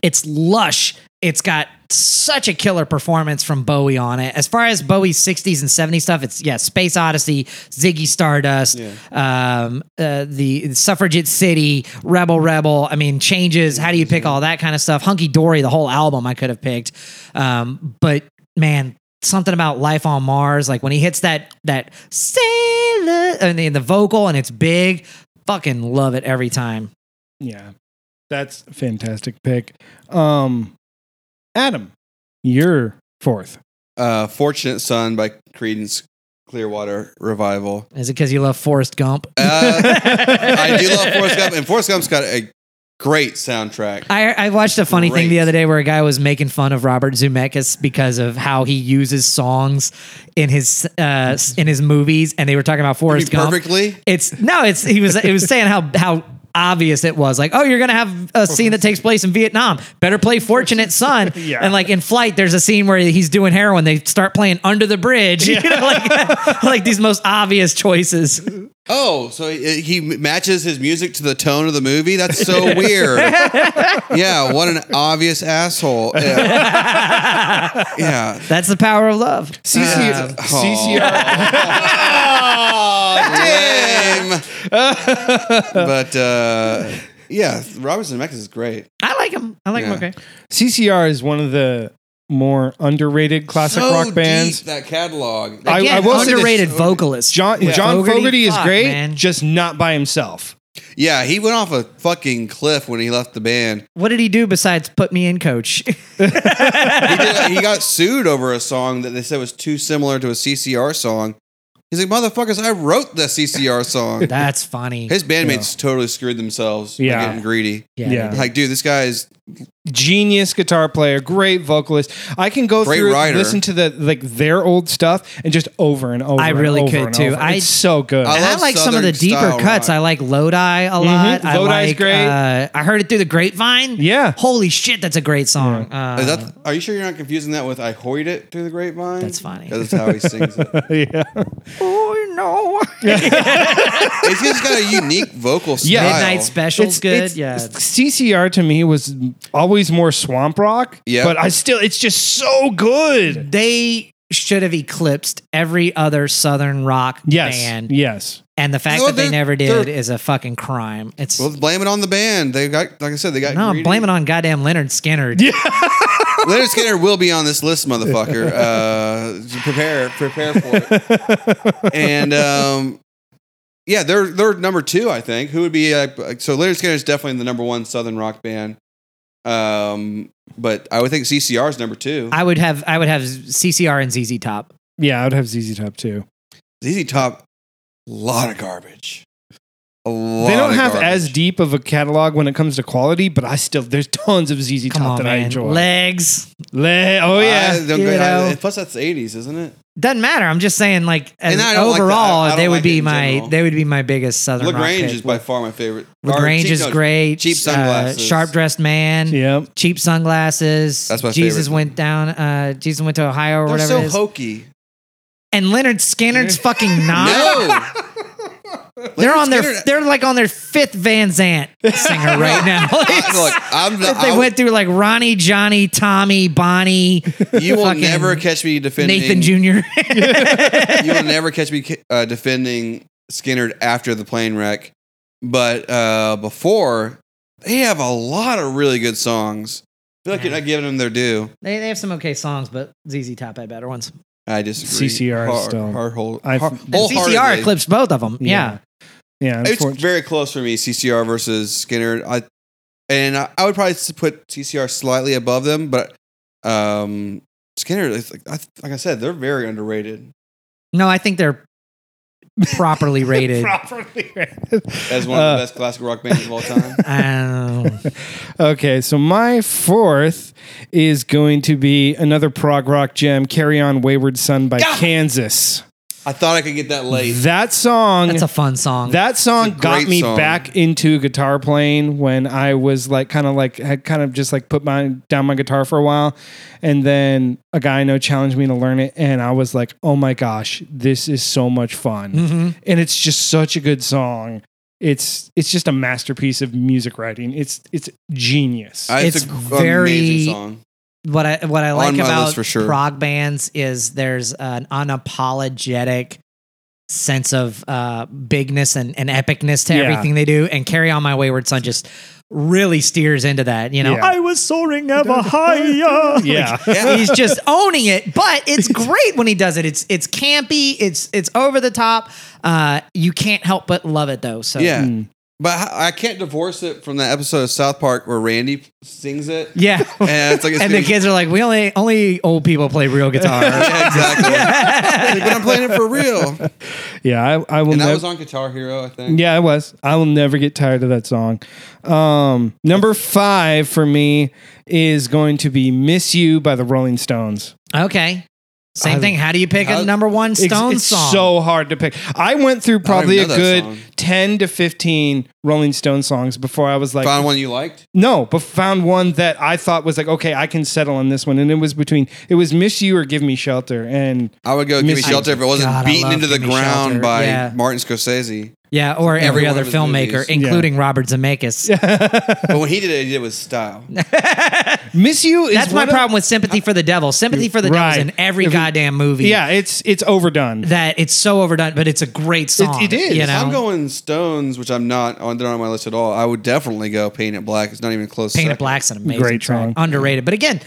Speaker 2: it's lush. It's got such a killer performance from Bowie on it. As far as Bowie's 60s and 70s stuff, it's yeah, Space Odyssey, Ziggy Stardust, um, uh, the Suffragette City, Rebel Rebel. I mean, changes. How do you pick all that kind of stuff? Hunky Dory, the whole album I could have picked. Um, but man, something about life on Mars. Like when he hits that that sailor and the, the vocal and it's big. Fucking love it every time.
Speaker 1: Yeah. That's a fantastic pick. Um Adam, you're fourth.
Speaker 3: uh, Fortunate Son by Creedence Clearwater Revival.
Speaker 2: Is it because you love Forrest Gump? (laughs)
Speaker 3: Uh, (laughs) I do love Forrest Gump, and Forrest Gump's got a great soundtrack.
Speaker 2: I, I watched a funny thing the
Speaker 3: Great.
Speaker 2: other day where a guy was making fun of Robert Zemeckis because of how he uses songs in his uh, in his movies, and they were talking about Forrest Gump.
Speaker 3: perfectly.
Speaker 2: It's no, it's he was it was saying how how obvious it was. Like, oh, you're gonna have a scene that takes place in Vietnam. Better play Fortunate
Speaker 3: (laughs)
Speaker 2: Son.
Speaker 1: Yeah.
Speaker 2: And like in Flight, there's a scene where he's doing heroin. They start playing Under the Bridge. (laughs) You know, like (laughs) like these most obvious choices.
Speaker 3: Oh, so he, he matches his music to the tone of the movie. That's
Speaker 2: (laughs)
Speaker 3: so weird. yeah, what an obvious asshole. Yeah,
Speaker 2: (laughs)
Speaker 3: yeah.
Speaker 2: That's the power of love.
Speaker 1: CC,
Speaker 3: Uh,
Speaker 1: CCR.
Speaker 3: Damn.
Speaker 1: (laughs)
Speaker 3: but uh, yeah, Robert Zemeckis is great.
Speaker 2: I like him. I like him.
Speaker 3: Yeah.
Speaker 2: Okay.
Speaker 1: CCR is one the more underrated classic
Speaker 3: So
Speaker 1: rock bands.
Speaker 3: deep, that catalog.
Speaker 1: I-
Speaker 2: Again,
Speaker 1: I will say this-
Speaker 2: underrated vocalist.
Speaker 1: John John Fogerty,
Speaker 2: Fogerty,
Speaker 1: is
Speaker 2: fuck,
Speaker 1: great,
Speaker 2: man.
Speaker 1: just not by himself.
Speaker 3: yeah, he went off a fucking cliff when he left the band.
Speaker 2: What did he do besides put me in, coach? (laughs)
Speaker 3: He, did,
Speaker 1: (laughs)
Speaker 3: he got sued over a song that they said was too similar to a CCR song. He's like, motherfuckers, I wrote the CCR song.
Speaker 2: That's funny.
Speaker 3: His bandmates totally screwed themselves by
Speaker 1: Yeah.
Speaker 3: getting greedy.
Speaker 1: Yeah.
Speaker 2: they did.
Speaker 3: Like, dude, this guy is
Speaker 1: Genius guitar player, great vocalist. I can go
Speaker 3: Great
Speaker 1: through
Speaker 3: writer.
Speaker 1: listen to the like their old stuff and just over and over.
Speaker 2: I
Speaker 1: and
Speaker 2: really
Speaker 1: over
Speaker 2: could
Speaker 1: and
Speaker 2: too.
Speaker 1: over.
Speaker 2: I-
Speaker 1: it's so good.
Speaker 3: I
Speaker 2: And I
Speaker 3: love
Speaker 2: like some of the
Speaker 3: Southern
Speaker 2: deeper
Speaker 3: style
Speaker 2: cuts.
Speaker 3: rock.
Speaker 2: I like Lodi a lot. I
Speaker 1: Mm-hmm. Lodi's
Speaker 2: like,
Speaker 1: great.
Speaker 2: Uh, I heard it through the grapevine.
Speaker 1: Yeah.
Speaker 2: Holy shit, that's a great song. Uh,
Speaker 1: Uh-huh.
Speaker 3: Is that, are you sure you're not confusing that with I hoyed it through the grapevine?
Speaker 2: That's funny.
Speaker 3: That's how he sings it.
Speaker 1: yeah.
Speaker 2: oh no.
Speaker 3: He's just got a unique vocal style.
Speaker 1: Yeah.
Speaker 2: Midnight Special's good.
Speaker 1: it's-
Speaker 2: yeah.
Speaker 1: CCR to me was always more swamp rock.
Speaker 3: Yeah.
Speaker 1: But I still, it's just so good.
Speaker 2: They should have eclipsed every other Southern rock
Speaker 1: Yes.
Speaker 2: band.
Speaker 1: Yes.
Speaker 2: And the fact
Speaker 3: No,
Speaker 2: that they
Speaker 3: they're-
Speaker 2: never did
Speaker 3: they're-
Speaker 2: is a fucking crime. It's
Speaker 3: Well, blame it on the band. They got, like I said, they got.
Speaker 2: no,
Speaker 3: greedy.
Speaker 2: blame it on goddamn Leonard Skinner.
Speaker 3: Leonard Skinner will be on this
Speaker 2: (laughs)
Speaker 3: list, motherfucker. Uh, prepare, prepare for
Speaker 2: (laughs)
Speaker 3: it. And um, yeah, they're they're number two, I think. Who would be uh, so? Leonard Skinner is definitely the number one Southern rock band. Um, but I would think CCR is number two.
Speaker 2: I would have I would have CCR and ZZ Top.
Speaker 1: Yeah, I would have ZZ Top too.
Speaker 3: ZZ Top, a lot of garbage. A lot.
Speaker 1: They don't
Speaker 3: of
Speaker 1: have
Speaker 3: garbage.
Speaker 1: as deep of a catalog when it comes to quality, but I still, there's tons of ZZ
Speaker 2: Come
Speaker 1: Top
Speaker 2: on,
Speaker 1: that I
Speaker 2: man.
Speaker 1: enjoy.
Speaker 2: Legs
Speaker 1: Le- oh,
Speaker 3: I
Speaker 1: yeah.
Speaker 3: don't
Speaker 2: you
Speaker 3: go- I-
Speaker 2: know.
Speaker 3: plus, that's eighties, isn't it?
Speaker 2: doesn't matter. I'm just saying, like as
Speaker 3: And I don't like that.
Speaker 2: overall,
Speaker 3: I don't
Speaker 2: they would
Speaker 3: like it
Speaker 2: be
Speaker 3: in
Speaker 2: my
Speaker 3: general.
Speaker 2: they would be my biggest Southern rock
Speaker 3: Lagrange
Speaker 2: pick.
Speaker 3: is by far my favorite. Or
Speaker 2: Lagrange
Speaker 3: cheap-
Speaker 2: is
Speaker 3: no,
Speaker 2: great.
Speaker 3: Cheap
Speaker 2: uh,
Speaker 3: sunglasses.
Speaker 2: sharp dressed man.
Speaker 1: Yep.
Speaker 2: Cheap sunglasses.
Speaker 3: That's my
Speaker 2: Jesus
Speaker 3: favorite.
Speaker 2: went down. Uh, Jesus went to Ohio or
Speaker 3: They're
Speaker 2: whatever.
Speaker 3: so
Speaker 2: it is.
Speaker 3: hokey.
Speaker 2: and Leonard Skinner's
Speaker 3: (laughs)
Speaker 2: fucking not.
Speaker 3: No,
Speaker 2: (laughs) they're on their. (laughs)
Speaker 3: Skinner-
Speaker 2: They're like on their fifth Van Zant
Speaker 3: (laughs)
Speaker 2: singer right now.
Speaker 3: I- look, I'm
Speaker 2: (laughs)
Speaker 3: not.
Speaker 2: they
Speaker 3: I-
Speaker 2: went through like Ronnie, Johnny, Tommy, Bonnie,
Speaker 3: you will
Speaker 2: fucking
Speaker 3: (laughs) never catch me defending
Speaker 2: Nathan Jr.
Speaker 3: you will never catch me ki- uh, defending Skinner after the plane wreck, but uh, before they have a lot of really good songs. I feel like you're
Speaker 2: Yeah.
Speaker 3: not giving them their due.
Speaker 2: They, they have some okay songs, but ZZ Top had better ones.
Speaker 3: I disagree.
Speaker 1: CCR is
Speaker 3: hard,
Speaker 1: still-
Speaker 3: hard, hold,
Speaker 1: I've-
Speaker 3: hard,
Speaker 1: And
Speaker 2: CCR
Speaker 3: wholeheartedly.
Speaker 2: clips both of them. Yeah.
Speaker 1: Yeah.
Speaker 3: oh, It's
Speaker 1: unfortunately.
Speaker 3: very close for me. CCR versus Skinner. I and I, I would probably s- put CCR slightly above them, but um, Skinner, it's like I, like I said, they're very underrated.
Speaker 2: No, I think they're properly
Speaker 1: (laughs)
Speaker 2: rated.
Speaker 1: Properly rated.
Speaker 3: As one
Speaker 1: Uh,
Speaker 3: of the best classic rock bands of all time.
Speaker 2: Um,
Speaker 1: Okay, so my fourth is going to be another prog rock gem, Carry On Wayward Son by
Speaker 3: Yeah.
Speaker 1: Kansas.
Speaker 3: I thought I could get that late.
Speaker 1: That song
Speaker 2: that's a fun song.
Speaker 1: that song
Speaker 3: It's a
Speaker 1: got
Speaker 3: great
Speaker 1: me
Speaker 3: song.
Speaker 1: back into guitar playing when I was like kind of like had kind of just like put my down my guitar for a while and then a guy I know challenged me to learn it and I was like, "Oh my gosh, this is so much fun."
Speaker 3: Mm-hmm.
Speaker 2: Mhm.
Speaker 1: And it's just such a good song. It's it's just a masterpiece of music writing. It's it's genius.
Speaker 3: I-
Speaker 2: It's very-
Speaker 3: amazing song.
Speaker 2: What I what I like
Speaker 3: my list
Speaker 2: about
Speaker 3: for sure.
Speaker 2: prog bands is there's an unapologetic sense of uh, bigness and, and epicness to
Speaker 1: Yeah.
Speaker 2: everything they do. And Carry On My Wayward Son just really steers into that. You know,
Speaker 1: Yeah.
Speaker 2: I was soaring ever higher.
Speaker 3: (laughs)
Speaker 2: Like,
Speaker 1: yeah.
Speaker 3: Yeah.
Speaker 2: he's just
Speaker 1: (laughs)
Speaker 2: owning it. But it's great when he does it. It's it's campy. It's it's over the top. Uh, you can't help but love it though. So
Speaker 3: Yeah.
Speaker 1: Mm.
Speaker 3: But I- I can't divorce it from that episode of South Park where Randy sings it.
Speaker 2: yeah. (laughs)
Speaker 3: And it's like it's
Speaker 2: and the
Speaker 3: gonna-
Speaker 2: kids are like, we only only old people play
Speaker 1: (laughs)
Speaker 2: real guitar.
Speaker 3: (laughs) Yeah,
Speaker 2: (laughs)
Speaker 3: exactly. Like, but I'm playing it for real.
Speaker 1: Yeah, I, I will
Speaker 3: And that
Speaker 1: nev-
Speaker 3: was on Guitar Hero, I think.
Speaker 1: Yeah, it was. I will never get tired of that song. Um, number five for me is going to be "Miss You" by the Rolling Stones.
Speaker 2: okay. Same
Speaker 1: I-
Speaker 2: thing. How do you pick
Speaker 3: How-
Speaker 2: a number one
Speaker 1: It's-
Speaker 2: Stone
Speaker 1: it's
Speaker 2: song?
Speaker 1: so hard to pick. I went through probably a
Speaker 3: even know that
Speaker 1: good
Speaker 3: song.
Speaker 1: ten to fifteen Rolling Stone songs before I was like,
Speaker 3: Found one you liked?
Speaker 1: no, but found one that I thought was like, okay, I can settle on this one. And it was between it was "Miss You" or "Give Me Shelter," and (laughs)
Speaker 3: I would go Give Me
Speaker 1: Miss-
Speaker 3: Shelter if it wasn't
Speaker 2: God, I
Speaker 3: beaten
Speaker 2: love
Speaker 3: into the
Speaker 2: Gimme
Speaker 3: ground
Speaker 2: Shelter.
Speaker 3: by
Speaker 2: Yeah.
Speaker 3: Martin Scorsese.
Speaker 2: yeah, or every
Speaker 3: Every one
Speaker 2: other
Speaker 3: of his movies.
Speaker 2: filmmaker,
Speaker 3: Yeah.
Speaker 2: including Robert Zemeckis.
Speaker 3: But when he did it, he did it
Speaker 2: (laughs)
Speaker 3: with style.
Speaker 1: "Miss You" is
Speaker 2: That's my
Speaker 1: one of-
Speaker 2: problem with Sympathy for the Devil. Sympathy for the
Speaker 1: Right.
Speaker 2: Devil is in every
Speaker 1: If we-
Speaker 2: goddamn movie.
Speaker 1: yeah, it's it's overdone.
Speaker 2: That it's so overdone, but it's a great song.
Speaker 1: it is.
Speaker 2: You know?
Speaker 3: I'm going Stones, which I'm not on. They're not on my list at all. I would definitely go Paint It Black. It's not even a close.
Speaker 2: Painted
Speaker 3: second.
Speaker 2: Black's an amazing
Speaker 1: Great
Speaker 2: track.
Speaker 1: song.
Speaker 2: Underrated. But again,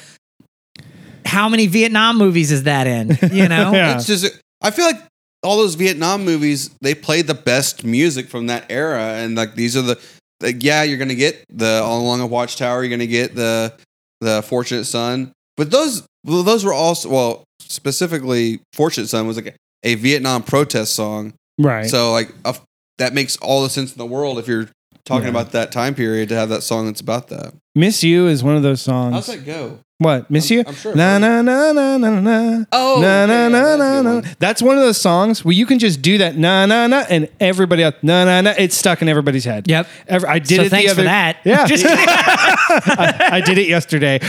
Speaker 2: how many Vietnam movies is that in?
Speaker 1: (laughs)
Speaker 2: You know?
Speaker 1: Yeah.
Speaker 3: It's just. I feel like all those Vietnam movies. They played the best music from that era, and like these are the. Like, yeah, you're gonna get the All Along the Watchtower. You're gonna get the the Fortunate Son. But those well, those were also well specifically Fortunate Son was like a Vietnam protest song.
Speaker 1: right.
Speaker 3: So like of that makes all the sense in the world if you're talking
Speaker 1: Yeah.
Speaker 3: about that time period to have that song that's about that.
Speaker 1: "Miss You" is one of those songs.
Speaker 3: How's that go?
Speaker 1: What miss
Speaker 3: I'm-
Speaker 1: you?
Speaker 3: I'm sure.
Speaker 1: Na na na na na na.
Speaker 3: Oh,
Speaker 1: na
Speaker 3: okay,
Speaker 1: na na
Speaker 3: yeah, that's
Speaker 1: na
Speaker 3: a good
Speaker 1: na.
Speaker 3: one.
Speaker 1: That's one of those songs where you can just do that na na na, and everybody else na na na. It's stuck in everybody's head.
Speaker 2: Yep.
Speaker 1: Every, I did
Speaker 2: So
Speaker 1: it
Speaker 2: thanks
Speaker 1: the other.
Speaker 2: for that.
Speaker 1: Yeah. (laughs)
Speaker 2: (laughs) Just kidding.
Speaker 1: I, I did it yesterday. (laughs)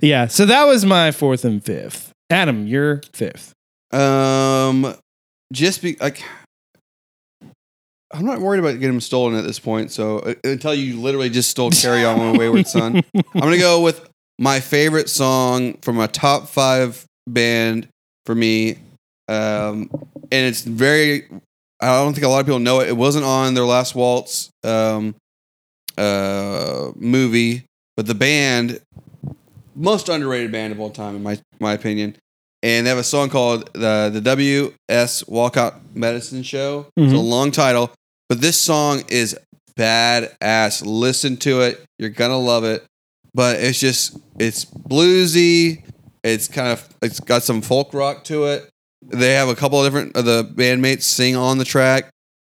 Speaker 1: yeah. So that was my fourth and fifth. Adam, you're fifth.
Speaker 3: Um, just be like, I'm not worried about getting them stolen at this point. So uh, until you literally just stole "Carry On, My Wayward Son," I'm gonna go with my favorite song from a top five band for me. Um, and it's very. I don't think a lot of people know it. It wasn't on their last waltz um, uh, movie, but the band, most underrated band of all time, in my my opinion and they have a song called uh, the WS Walkout Medicine Show. It's a
Speaker 1: Mhm.
Speaker 3: long title, but this song is badass. Listen to it; you're gonna love it. But it's just it's bluesy. It's kind of it's got some folk rock to it. They have a couple of different of the bandmates sing on the track,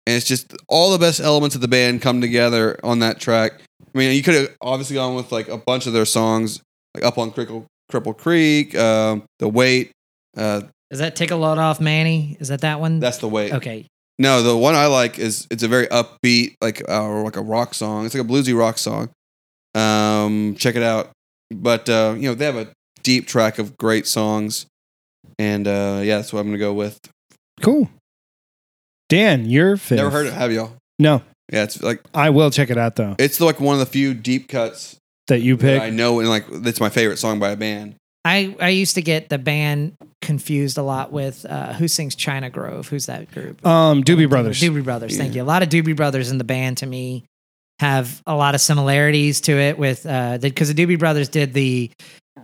Speaker 3: and it's just all the best elements of the band come together on that track. I mean, you could have obviously gone with like a bunch of their songs, like up on Crickle Cripple Creek, um, the Wait. Uh,
Speaker 2: Is that Take a Load Off Manny? Is that that one?
Speaker 3: that's the Wait.
Speaker 2: okay.
Speaker 3: No, the one I like is it's a very upbeat, like uh, or like a rock song. It's like a bluesy rock song. Um, check it out. But uh, you know they have a deep track of great songs, and uh, yeah, that's what I'm gonna go with.
Speaker 1: Cool. Dan, you're fifth.
Speaker 3: Never heard it, have y'all?
Speaker 1: No,
Speaker 3: Yeah, it's like
Speaker 1: I will check it out though.
Speaker 3: it's like one of the few deep cuts
Speaker 1: That you
Speaker 3: that
Speaker 1: pick.
Speaker 3: I know, and like it's my favorite song by a band.
Speaker 2: I I used to get the band confused a lot with uh, who sings China Grove. Who's that group?
Speaker 1: Um, Doobie Brothers.
Speaker 2: Doobie Brothers. Thank you. A lot of Doobie Brothers in the band to me have a lot of similarities to it with uh because the, Doobie Brothers did the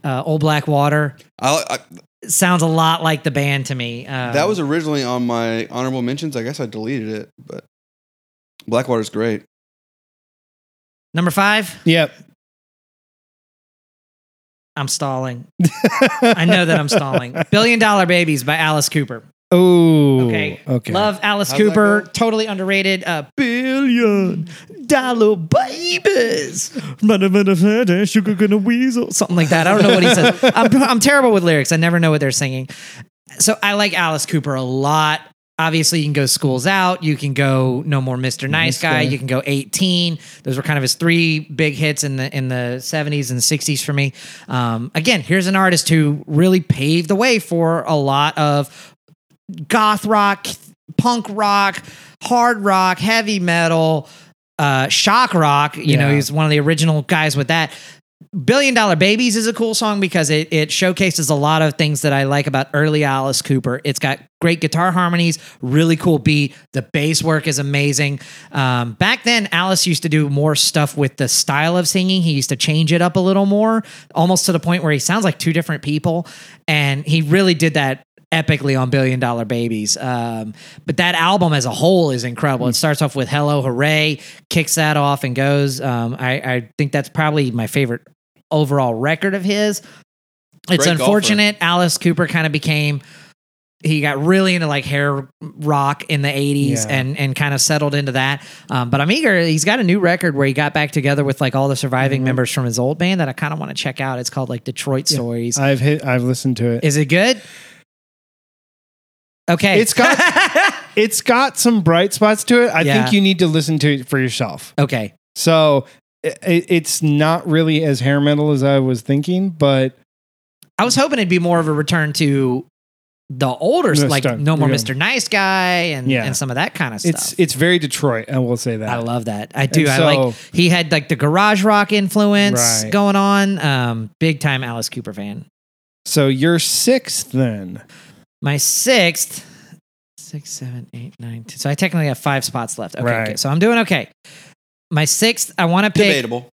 Speaker 2: uh, Old Black Water.
Speaker 3: I, I,
Speaker 2: It sounds a lot like the band to me. Um,
Speaker 3: that was originally on my honorable mentions. I guess I deleted it, but Blackwater's great.
Speaker 2: number five.
Speaker 1: Yep.
Speaker 2: I'm stalling. I know that
Speaker 1: (laughs)
Speaker 2: I'm
Speaker 3: (laughs)
Speaker 2: stalling. Billion Dollar Babies by Alice Cooper.
Speaker 1: Oh.
Speaker 2: Okay.
Speaker 1: Okay.
Speaker 2: Love Alice
Speaker 3: How's that
Speaker 2: Cooper.
Speaker 3: go?
Speaker 2: Totally underrated. Uh, billion dollar babies. Mother, mother, mother, Sugar gonna weasel. Something like that. I don't know what he says.
Speaker 3: (laughs)
Speaker 2: I'm, I'm terrible with lyrics. I never know what they're singing. So I like Alice Cooper a lot. Obviously, you can go Schools Out. You can go No More Mr. Nice Guy.
Speaker 1: Guy.
Speaker 2: You can go 18. Those were kind of his three big hits in the in the 70s and 60s for me. Um, again, here's an artist who really paved the way for a lot of goth rock, punk rock, hard rock, heavy metal, uh, shock rock. You know,
Speaker 1: Yeah.
Speaker 2: he's one of the original guys with that. Billion Dollar Babies is a cool song because it, it showcases a lot of things that I like about early Alice Cooper. It's got great guitar harmonies, really cool beat. The bass work is amazing. Um, back then, Alice used to do more stuff with the style of singing. He used to change it up a little more, almost to the point where he sounds like two different people. And he really did that epically on Billion Dollar Babies. Um, but that album as a whole is incredible. It starts off with Hello Hooray, kicks that off and goes. Um, I, I think that's probably my favorite overall record of his. It's
Speaker 3: Great golfer.
Speaker 2: unfortunate. Alice Cooper kind of became. He got really into like hair rock in the 80s
Speaker 1: Yeah.
Speaker 2: and and kind of settled into that. Um, but I'm eager. He's got a new record where he got back together with like all the surviving
Speaker 1: Mm-hmm.
Speaker 2: members from his old band that I kind of want to check out. It's called like Detroit Stories.
Speaker 1: I've hit. I've listened to it.
Speaker 2: Is it good? Okay.
Speaker 1: It's got- It's got some bright spots to it. I
Speaker 2: Yeah.
Speaker 1: think you need to listen to it for yourself.
Speaker 2: (laughs) okay.
Speaker 1: So it, it's not really as hair metal as I was thinking, but
Speaker 2: I was hoping it'd be more of a return to the older,
Speaker 1: No,
Speaker 2: like
Speaker 1: start-
Speaker 2: no more
Speaker 1: yeah.
Speaker 2: Mr. Nice Guy and,
Speaker 1: Yeah.
Speaker 2: and some of that kind of stuff.
Speaker 1: it's it's very Detroit. I will say that.
Speaker 2: I love that. I do.
Speaker 1: And
Speaker 2: I like.
Speaker 1: so-
Speaker 2: He had like the garage rock influence
Speaker 1: Right.
Speaker 2: going on. Um, big time Alice Cooper fan.
Speaker 1: so you're sixth then.
Speaker 2: My sixth, six, seven, eight, nine, ten. So I technically have five spots left. Okay,
Speaker 1: Right.
Speaker 2: okay. so I'm doing okay. My sixth, I want to pick
Speaker 3: Debatable.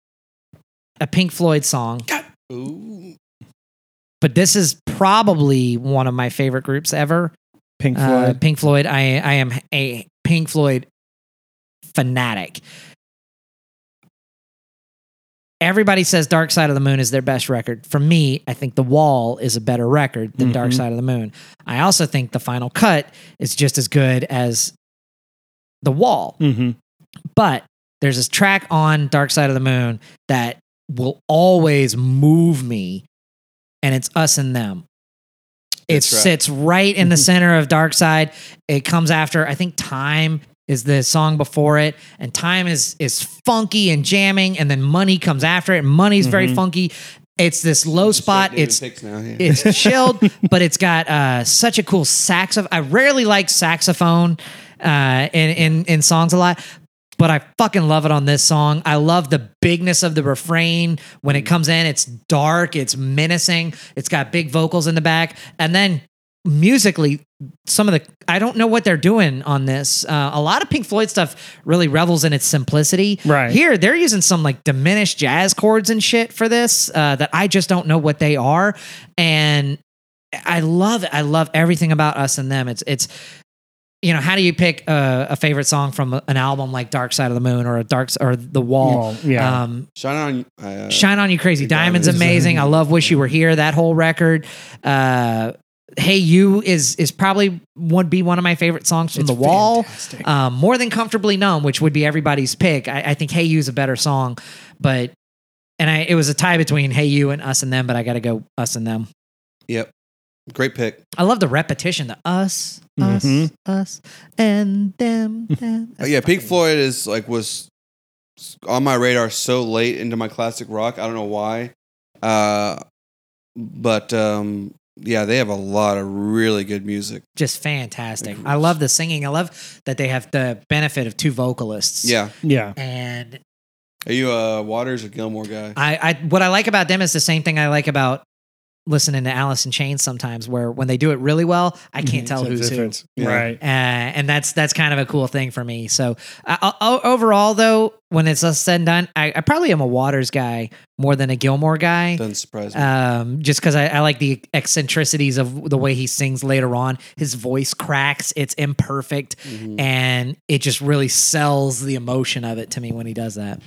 Speaker 2: a Pink Floyd song.
Speaker 3: Ooh.
Speaker 2: but this is probably one of my favorite groups ever.
Speaker 1: Pink Floyd.
Speaker 2: Uh, Pink Floyd. I I am a Pink Floyd fanatic. Everybody says Dark Side of the Moon is their best record. For me, I think The Wall is a better record than Dark
Speaker 1: Mhm.
Speaker 2: Side of the Moon. I also think The Final Cut is just as good as The Wall.
Speaker 1: mm-hmm.
Speaker 2: But there's this track on Dark Side of the Moon that will always move me, and it's us and them. It
Speaker 3: That's right. Mm-hmm.
Speaker 2: sits right in the center of Dark Side. It comes after, I think, Time is the song before it, and Time is is funky and jamming, and then Money comes after it. Money's very
Speaker 3: Mm-hmm.
Speaker 1: Mhm.
Speaker 2: funky. It's this low spot. It's
Speaker 3: picks now. Yeah.
Speaker 2: it's chilled, but it's got uh, such a cool saxophone. I rarely like saxophone uh, in, in in songs a lot, but I fucking love it on this song. I love the bigness of the refrain when it comes in. It's dark, it's menacing, it's got big vocals in the back, and then musically some of the i don't know what they're doing on this uh, a lot of pink floyd stuff really revels in its simplicity
Speaker 1: Right.
Speaker 2: here they're using some like diminished jazz chords and shit for this uh, that i just don't know what they are and i love it i love everything about us and them it's it's you know how do you pick a, a favorite song from an album like dark side of the moon or a dark S- or the wall
Speaker 1: Wall, yeah.
Speaker 2: um,
Speaker 3: Shine on. Uh,
Speaker 2: Shine on You Crazy
Speaker 3: Big
Speaker 2: Diamond's
Speaker 3: Diamond.
Speaker 2: amazing. I love Wish You Were Here, that whole record. Uh Hey You is is probably would be one of my favorite songs from
Speaker 1: It's
Speaker 2: the wall.
Speaker 1: fantastic. Uh,
Speaker 2: Um, more than comfortably numb, which would be everybody's pick. I, I think Hey You's a better song, but and I it was a tie between Hey You and Us and Them, but I gotta go Us and Them.
Speaker 3: Yep. Great pick.
Speaker 2: I love the repetition, the us,
Speaker 1: Mhm.
Speaker 2: us, us, and (laughs) them, them.
Speaker 3: Uh, yeah, Pink
Speaker 2: Fucking-
Speaker 3: Floyd is like was on my radar so late into my classic rock. I don't know why, uh, but um, yeah, they have a lot of really good music.
Speaker 2: Just fantastic. I love the singing. I love that they have the benefit of two vocalists.
Speaker 3: Yeah,
Speaker 1: yeah.
Speaker 2: And
Speaker 3: are you a Waters or Gilmore guy?
Speaker 2: I, I what I like about them is the same thing I like about listening to Alice in Chains sometimes, where when they do it really well, I
Speaker 1: Mm-hmm. Mhm.
Speaker 2: can't tell who's who.
Speaker 4: difference.
Speaker 3: Yeah.
Speaker 4: Right.
Speaker 2: Uh, and that's that's kind of a cool thing for me. So uh, o- overall, though, when it's all said and done, I, I probably am a Waters guy more than a Gilmore guy.
Speaker 3: Doesn't surprise me.
Speaker 2: Um, just because I, I like the eccentricities of the way he sings later on. His voice cracks; it's imperfect,
Speaker 3: Mhm.
Speaker 2: and it just really sells the emotion of it to me when he does that.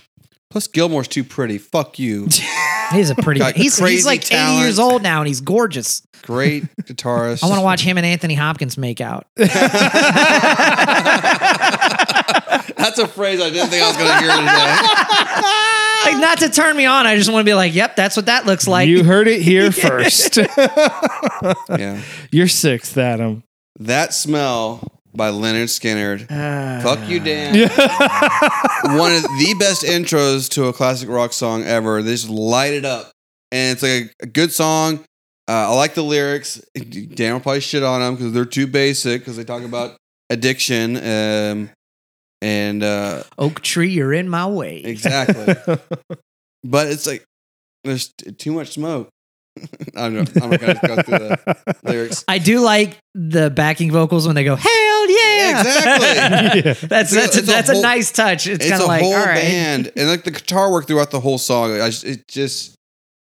Speaker 3: Plus, Gilmore's too pretty. Fuck you.
Speaker 2: He's a pretty.
Speaker 3: Got
Speaker 2: he's
Speaker 3: crazy
Speaker 2: he's like eighty
Speaker 3: talent.
Speaker 2: years old now, and he's gorgeous.
Speaker 3: Great guitarist.
Speaker 2: I want to watch him and Anthony Hopkins make
Speaker 3: (laughs)
Speaker 2: out.
Speaker 1: (laughs)
Speaker 2: (laughs)
Speaker 3: That's a phrase I didn't think I was going to hear today.
Speaker 2: like not to turn me on. I just want to be like, yep, that's what that looks
Speaker 1: (laughs)
Speaker 2: like.
Speaker 1: you heard it
Speaker 2: (laughs)
Speaker 1: here first. (laughs)
Speaker 3: Yeah.
Speaker 1: You're sixth, Adam.
Speaker 3: That smell by Leonard Skinner.
Speaker 2: Ah.
Speaker 3: Fuck you, Dan. (laughs) One of the best intros to a classic rock song ever. They just light it up, and it's like a, a good song. Uh, I like the lyrics. Dan will probably shit on them because they're too basic. Because they talk about addiction, um, and uh,
Speaker 2: Oak tree, you're in my way.
Speaker 3: exactly. but it's like there's t- too much smoke. (laughs) I'm not, I'm not gonna go
Speaker 2: (laughs)
Speaker 3: through the lyrics.
Speaker 2: I do like the backing vocals when they go, hell yeah.
Speaker 1: Yeah.
Speaker 3: Exactly.
Speaker 2: (laughs)
Speaker 1: (laughs)
Speaker 2: that's that's, a,
Speaker 3: It's a
Speaker 2: that's
Speaker 3: whole-
Speaker 2: a nice touch. It's,
Speaker 3: It's,
Speaker 2: kind
Speaker 3: a
Speaker 2: of like,
Speaker 3: whole
Speaker 2: all right.
Speaker 3: band, and like the guitar work throughout the whole song, I just, it just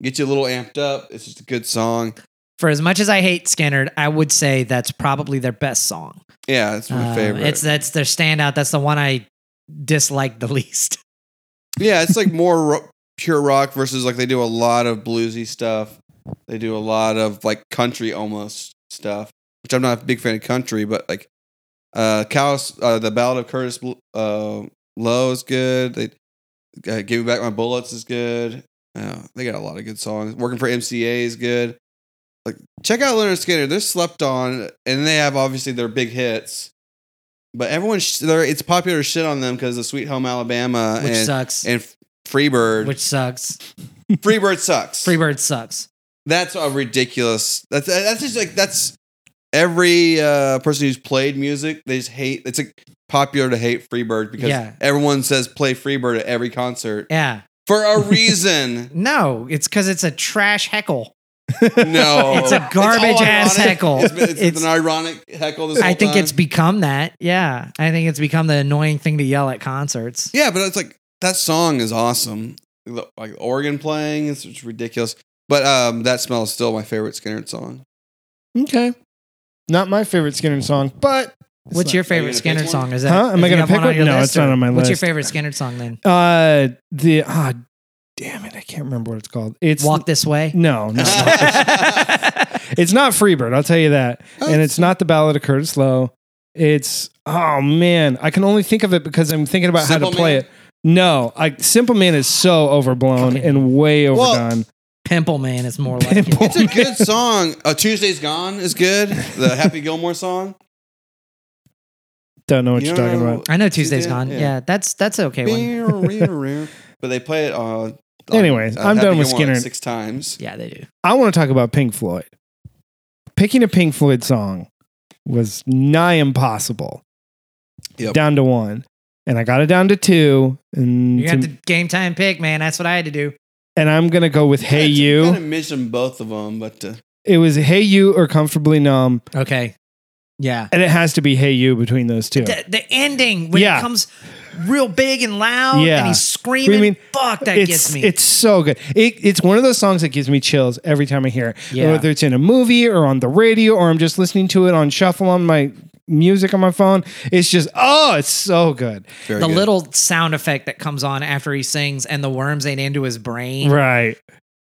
Speaker 3: gets you a little amped up. It's just a good song.
Speaker 2: For as much as I hate Skinnerd, I would say that's probably their best song.
Speaker 3: Yeah, it's my
Speaker 2: Um,
Speaker 3: favorite.
Speaker 2: It's that's their standout. That's the one I dislike the (laughs) least.
Speaker 3: yeah, it's like more ro- pure rock versus like they do a lot of bluesy stuff. They do a lot of like country almost stuff, which I'm not a big fan of country, but like uh, Callous, uh the Ballad of Curtis Bl- uh, Lowe is good. They uh, Give Me Back My Bullets is good. Uh, they got a lot of good songs. Working for MCA is good. Like check out Leonard Skinner. They're slept on, and they have obviously their big hits. But everyone, sh- they're, it's popular to shit on them because of Sweet Home Alabama
Speaker 2: Which
Speaker 3: Uh, and
Speaker 2: sucks.
Speaker 3: and F- Freebird.
Speaker 2: Which sucks.
Speaker 3: Freebird sucks.
Speaker 2: Freebird sucks.
Speaker 3: That's a ridiculous. That's that's just like that's every uh, person who's played music. They just hate. It's like popular to hate Freebird because
Speaker 2: Yeah.
Speaker 3: everyone says play Freebird at every concert
Speaker 2: Yeah.
Speaker 3: for
Speaker 2: (laughs)
Speaker 3: a reason.
Speaker 2: No, it's because it's a trash heckle.
Speaker 3: (laughs) no,
Speaker 2: It's a
Speaker 3: all
Speaker 2: garbage ass
Speaker 3: ironic.
Speaker 2: heckle.
Speaker 3: It's, been- it's
Speaker 2: It's-
Speaker 3: an ironic heckle. This
Speaker 2: I
Speaker 3: whole
Speaker 2: think
Speaker 3: time.
Speaker 2: it's become that. Yeah. I think it's become the annoying thing to yell at concerts.
Speaker 3: yeah, but it's like that song is awesome. The- Like organ playing, it's, it's ridiculous. But um, that smell is still my favorite Skinner song.
Speaker 1: okay. Not my favorite Skinner song, but
Speaker 2: What's your
Speaker 3: Are you
Speaker 2: favorite
Speaker 3: gonna
Speaker 2: Skinner
Speaker 3: pick one?
Speaker 2: song? Is that?
Speaker 1: Huh? Am
Speaker 2: if
Speaker 1: I
Speaker 2: you
Speaker 1: gonna
Speaker 2: have
Speaker 1: pick
Speaker 2: on
Speaker 1: one?
Speaker 2: your
Speaker 1: No,
Speaker 2: list,
Speaker 1: it's not
Speaker 2: or-
Speaker 1: on my
Speaker 2: What's your
Speaker 1: list.
Speaker 2: favorite Skinner song
Speaker 3: (laughs)
Speaker 2: then?
Speaker 1: uh the ah damn it, I can't remember what it's called. It's
Speaker 2: Walk this
Speaker 3: (laughs)
Speaker 2: way.
Speaker 1: No, no. it's not Freebird, I'll tell you that. And it's not the Ballad of Curtis Lowe. It's oh man, I can only think of it because I'm thinking about how
Speaker 3: Simple
Speaker 1: to play
Speaker 3: Man?
Speaker 1: it. No, I, Simple Man is so overblown
Speaker 2: Fucking-
Speaker 1: and way
Speaker 3: Well,
Speaker 1: overdone.
Speaker 2: Pimple Man is more like
Speaker 1: Pimple.
Speaker 2: it.
Speaker 3: It's a
Speaker 1: (laughs)
Speaker 3: good song. Uh, Tuesday's Gone is good. The Happy Gilmore song.
Speaker 1: Don't know (laughs) what
Speaker 3: You
Speaker 1: you're
Speaker 3: don't
Speaker 1: talking
Speaker 3: know-
Speaker 1: about.
Speaker 2: I know Tuesday's
Speaker 3: Tuesday,
Speaker 2: gone.
Speaker 3: yeah.
Speaker 2: Yeah. that's that's an okay one.
Speaker 3: but they play it. Uh, like,
Speaker 1: Anyways,
Speaker 3: uh,
Speaker 1: I'm
Speaker 3: Happy
Speaker 1: done with
Speaker 3: Gilmore like
Speaker 1: Skinner.
Speaker 3: six times.
Speaker 2: Yeah, they do.
Speaker 1: I want to talk about Pink Floyd. Picking a Pink Floyd song was nigh impossible.
Speaker 3: Yep.
Speaker 1: Down to one. And I got it down to two. And,
Speaker 2: You got
Speaker 1: to-
Speaker 2: the game time pick, man. That's what I had to do.
Speaker 1: and I'm going to go with Hey You.
Speaker 3: Kind of mentioned both of them, but uh,
Speaker 1: It was Hey You or Comfortably Numb.
Speaker 2: Okay. Yeah.
Speaker 1: And it has to be Hey You between those two.
Speaker 2: The, the ending when
Speaker 1: Yeah.
Speaker 2: it comes real big and loud
Speaker 1: Yeah.
Speaker 2: and he's screaming.
Speaker 1: Screaming.
Speaker 2: Fuck, that
Speaker 1: it's,
Speaker 2: gets me.
Speaker 1: It's so good. It, it's one of those songs that gives me chills every time I hear it.
Speaker 2: Yeah.
Speaker 1: Whether it's in a movie or on the radio or I'm just listening to it on shuffle on my music on my phone. It's just, oh, it's so good.
Speaker 3: very
Speaker 2: the
Speaker 3: good.
Speaker 2: little sound effect that comes on after he sings and the worms ain't into his brain
Speaker 1: Right.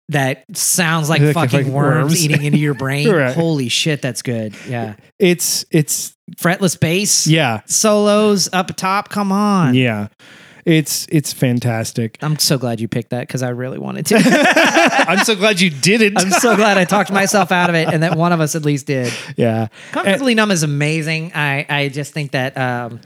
Speaker 2: that sounds like
Speaker 1: Like
Speaker 2: fucking
Speaker 1: fucking
Speaker 2: worms,
Speaker 1: worms.
Speaker 2: eating
Speaker 1: (laughs)
Speaker 2: into your brain
Speaker 1: Right.
Speaker 2: holy shit that's good
Speaker 1: (laughs)
Speaker 2: yeah
Speaker 1: It's, it's,
Speaker 2: fretless bass
Speaker 1: yeah.
Speaker 2: solos up top come on
Speaker 1: Yeah. It's, it's
Speaker 2: (laughs)
Speaker 1: fantastic.
Speaker 2: i'm so glad you picked that because i really wanted to
Speaker 1: (laughs)
Speaker 2: (laughs)
Speaker 1: I'm so glad you did it.
Speaker 2: i'm so glad i talked myself out of it and that one of us at least
Speaker 1: (laughs)
Speaker 2: did
Speaker 1: yeah.
Speaker 2: comfortably numb is amazing i i just think that um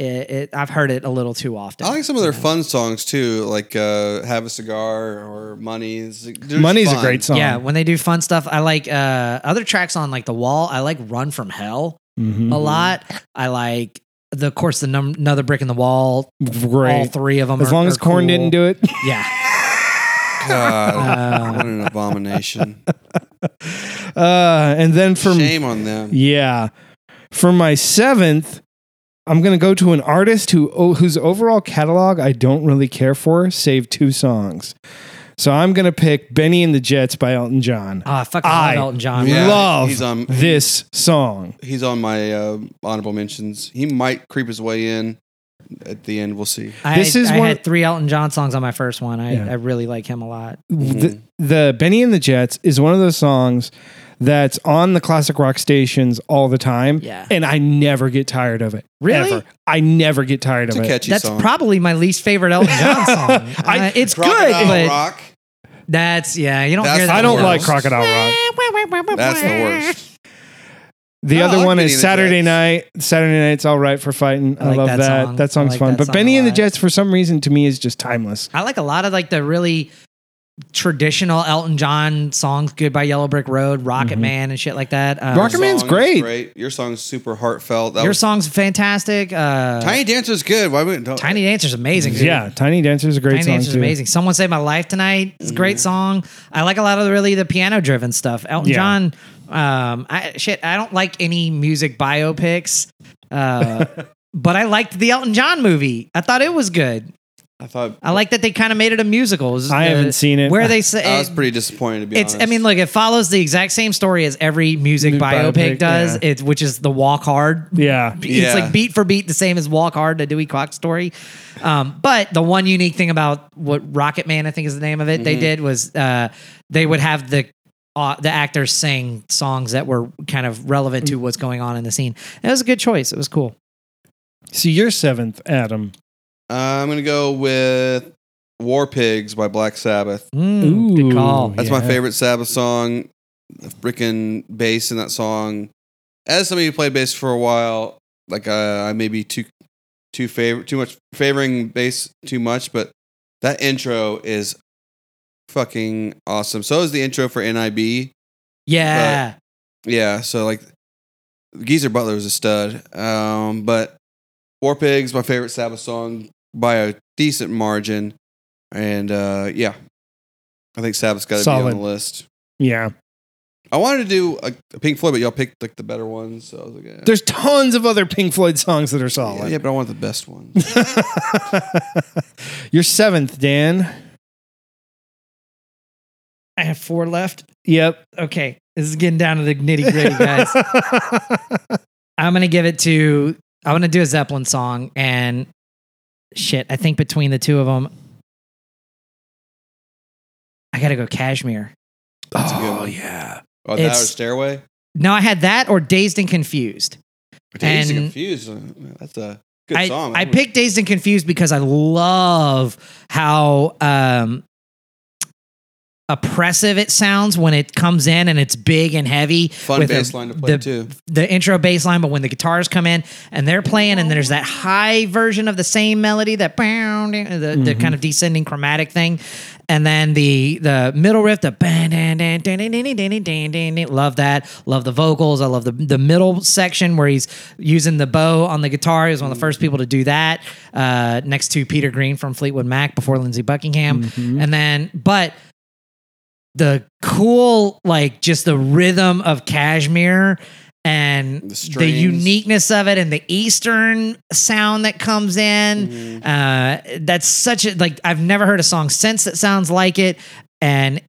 Speaker 2: it, it i've heard it a little too often
Speaker 3: I like some of their fun songs too, like uh, "Have a Cigar" or "Money." It's like- they're just
Speaker 1: Money's a
Speaker 3: fun.
Speaker 1: great song.
Speaker 2: yeah when they do fun stuff i like uh other tracks on like the wall i like run from hell
Speaker 1: Mhm.
Speaker 2: a lot. I like the of course the num- another brick in the wall. All
Speaker 1: Great.
Speaker 2: three of them.
Speaker 1: As long as Corn didn't do it.
Speaker 2: Yeah.
Speaker 3: God,
Speaker 2: (laughs) Uh,
Speaker 3: what an
Speaker 1: (laughs)
Speaker 3: abomination!
Speaker 1: Uh, and then for
Speaker 3: Shame on them.
Speaker 1: yeah, for my seventh, I'm gonna go to an artist who oh, whose overall catalog I don't really care for, save two songs. So I'm gonna pick "Benny and the Jets" by Elton John.
Speaker 2: oh, I fucking
Speaker 1: I-
Speaker 2: love Elton John.
Speaker 3: Yeah,
Speaker 1: Love
Speaker 3: he's, um,
Speaker 1: this song.
Speaker 3: He's on my uh, honorable mentions. He might creep his way in at the end. We'll see.
Speaker 2: I,
Speaker 1: This is
Speaker 2: I
Speaker 1: one-
Speaker 2: had three Elton John songs on my first one. I,
Speaker 1: Yeah.
Speaker 2: I really like him a lot.
Speaker 3: Mm-hmm.
Speaker 1: the, the Benny and the Jets is one of those songs that's on the classic rock stations all the time.
Speaker 2: Yeah.
Speaker 1: And I never get tired of it.
Speaker 2: Really?
Speaker 1: Ever. I never get tired
Speaker 3: It's
Speaker 1: of
Speaker 3: a
Speaker 1: it.
Speaker 3: catchy
Speaker 2: That's
Speaker 3: song.
Speaker 2: probably my least favorite Elton
Speaker 1: (laughs)
Speaker 2: John song. Uh,
Speaker 1: I-
Speaker 2: it's good,
Speaker 3: Crocodile
Speaker 2: but
Speaker 3: Rock.
Speaker 2: that's yeah. You don't
Speaker 3: That's
Speaker 2: hear that.
Speaker 1: I don't
Speaker 3: the
Speaker 1: like
Speaker 3: worst.
Speaker 1: Crocodile Rock.
Speaker 3: That's the
Speaker 2: (laughs)
Speaker 3: worst.
Speaker 1: The
Speaker 3: I
Speaker 1: other
Speaker 3: like
Speaker 1: one
Speaker 3: Benny
Speaker 1: is
Speaker 3: and the
Speaker 1: Saturday
Speaker 3: Jets.
Speaker 1: night. Saturday night's all right for fighting.
Speaker 2: I
Speaker 1: I,
Speaker 2: like
Speaker 1: love that.
Speaker 2: that
Speaker 1: That,
Speaker 2: song. I
Speaker 1: song's
Speaker 2: like
Speaker 1: fun.
Speaker 2: that
Speaker 1: but
Speaker 2: song
Speaker 1: Benny
Speaker 2: a
Speaker 1: and the
Speaker 2: lot.
Speaker 1: Jets, for some reason, to me, is just timeless.
Speaker 2: I like a lot of like the really traditional Elton John songs, "Good by Yellow Brick Road," "Rocket
Speaker 1: Mm-hmm.
Speaker 2: Man," and shit like that. Um,
Speaker 1: Rocket Man's
Speaker 3: Song is
Speaker 1: great.
Speaker 3: Your song's super heartfelt. That
Speaker 2: Your
Speaker 3: was,
Speaker 2: song's fantastic. Uh, Tiny,
Speaker 3: Tiny Dancer's good. Why wouldn't
Speaker 2: Dancer's amazing. Dude.
Speaker 1: Yeah. Tiny Dancer's a great
Speaker 2: Tiny
Speaker 1: song.
Speaker 2: Dancer's
Speaker 1: too.
Speaker 2: amazing. Someone Saved My Life Tonight. It's a great song. I like a lot of the, really the piano driven stuff. Elton
Speaker 1: Yeah.
Speaker 2: John. Um, I shit. I don't like any music biopics.
Speaker 1: (laughs)
Speaker 2: Uh, but I liked the Elton John movie. I thought it was good.
Speaker 3: I thought
Speaker 2: I like that they kind of made it a musical. It was
Speaker 1: I
Speaker 2: the-
Speaker 1: haven't seen it.
Speaker 2: Where they say
Speaker 3: I was pretty disappointed to be
Speaker 2: it's. I
Speaker 3: honest.
Speaker 2: mean, look, it follows the exact same story as every music
Speaker 1: New
Speaker 2: biopic,
Speaker 1: biopic,
Speaker 2: does.
Speaker 1: yeah.
Speaker 2: It which is the Walk Hard
Speaker 1: Yeah.
Speaker 3: Yeah.
Speaker 2: it's like beat for beat the same as Walk Hard, the Dewey Cox story. Um, but the one unique thing about what Rocket Man, I think is the name of it, they did was uh, they would have the uh, the actors sing songs that were kind of relevant to what's going on in the scene. And it was a good choice. It was cool.
Speaker 1: So you're seventh, Adam.
Speaker 3: Uh, I'm gonna go with War Pigs by Black Sabbath.
Speaker 2: Mm,
Speaker 1: Ooh.
Speaker 2: good call.
Speaker 1: Yeah.
Speaker 3: That's my favorite Sabbath song. The freaking bass in that song. As somebody who played bass for a while, like uh, I may be too too favor too much favoring bass too much, but that intro is fucking awesome. So is the intro for NIB.
Speaker 2: Yeah.
Speaker 3: Yeah, so like Geezer Butler is a stud. Um, but War Pigs, my favorite Sabbath song by a decent margin. And uh, yeah, I think Sabbath's got to be
Speaker 1: Solid.
Speaker 3: on the list.
Speaker 1: Yeah.
Speaker 3: I wanted to do a, a Pink Floyd, but y'all picked like the better ones. So I was like, eh.
Speaker 1: There's tons of other Pink Floyd songs that are
Speaker 3: yeah,
Speaker 1: solid. (laughs)
Speaker 3: yeah, but I want the best one.
Speaker 1: Your seventh, Dan.
Speaker 2: I have four left.
Speaker 1: Yep.
Speaker 2: Okay. This is getting down to the nitty gritty,
Speaker 1: (laughs)
Speaker 2: guys. I'm gonna give it to. I'm gonna do a Zeppelin song and shit. I think between the two of them, I gotta go Cashmere.
Speaker 3: a good
Speaker 1: oh
Speaker 3: one.
Speaker 1: yeah.
Speaker 3: Oh, that or
Speaker 2: It's-
Speaker 3: Stairway?
Speaker 2: No, I had that or Dazed and Confused.
Speaker 3: Dazed and
Speaker 2: And-
Speaker 3: Confused. uh, That's a good
Speaker 2: I,
Speaker 3: song.
Speaker 2: I picked Dazed and Confused because I love how um, oppressive it sounds when it comes in and it's big and heavy.
Speaker 3: Fun
Speaker 2: with a-
Speaker 3: bass line to play
Speaker 2: the-
Speaker 3: too.
Speaker 2: the intro bass line, but when the guitars come in and they're playing, and there's that high version of the same melody, that bound, the, the
Speaker 1: Mhm.
Speaker 2: kind of descending chromatic thing, and then the the middle riff, the ban- dan- dan- dan- dan- dan- dan- dan- dan- dan- dan. love that, love the vocals, I love the the middle section where he's using the bow on the guitar. He was one of the first people to do that, uh, next to Peter Green from Fleetwood Mac before Lindsey Buckingham, and then but the cool like just the rhythm of cashmere and
Speaker 3: The
Speaker 2: the,
Speaker 3: strings.
Speaker 2: uniqueness of it and the eastern sound that comes in
Speaker 3: Mm-hmm. Mm.
Speaker 2: uh that's such a like i've never heard a song since that sounds like it and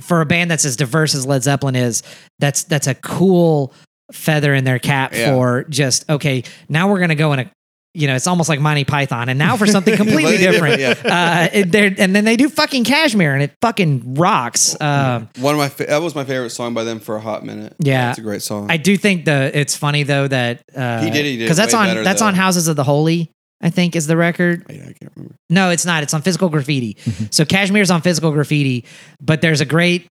Speaker 2: for a band that's as diverse as led zeppelin is that's that's a cool feather in their cap
Speaker 3: Yeah.
Speaker 2: for just okay now we're gonna go in a you know it's almost like monty python and now for
Speaker 3: (laughs)
Speaker 2: something completely
Speaker 3: Completely
Speaker 2: different
Speaker 3: different,
Speaker 2: uh, it- they're- and then they do fucking cashmere and it fucking rocks um
Speaker 3: (laughs) One of my fa- that was my favorite song by them for a hot minute.
Speaker 2: Yeah.
Speaker 3: it's a great song.
Speaker 2: I do think the it's funny though that uh,
Speaker 3: He did- he did
Speaker 2: because that's
Speaker 3: way
Speaker 2: on
Speaker 3: better,
Speaker 2: that's
Speaker 3: though.
Speaker 2: on Houses of the Holy. I think is the record.
Speaker 3: Yeah, I can't remember.
Speaker 2: No, it's not. It's on Physical Graffiti. so Cashmere's on Physical Graffiti, but there's a great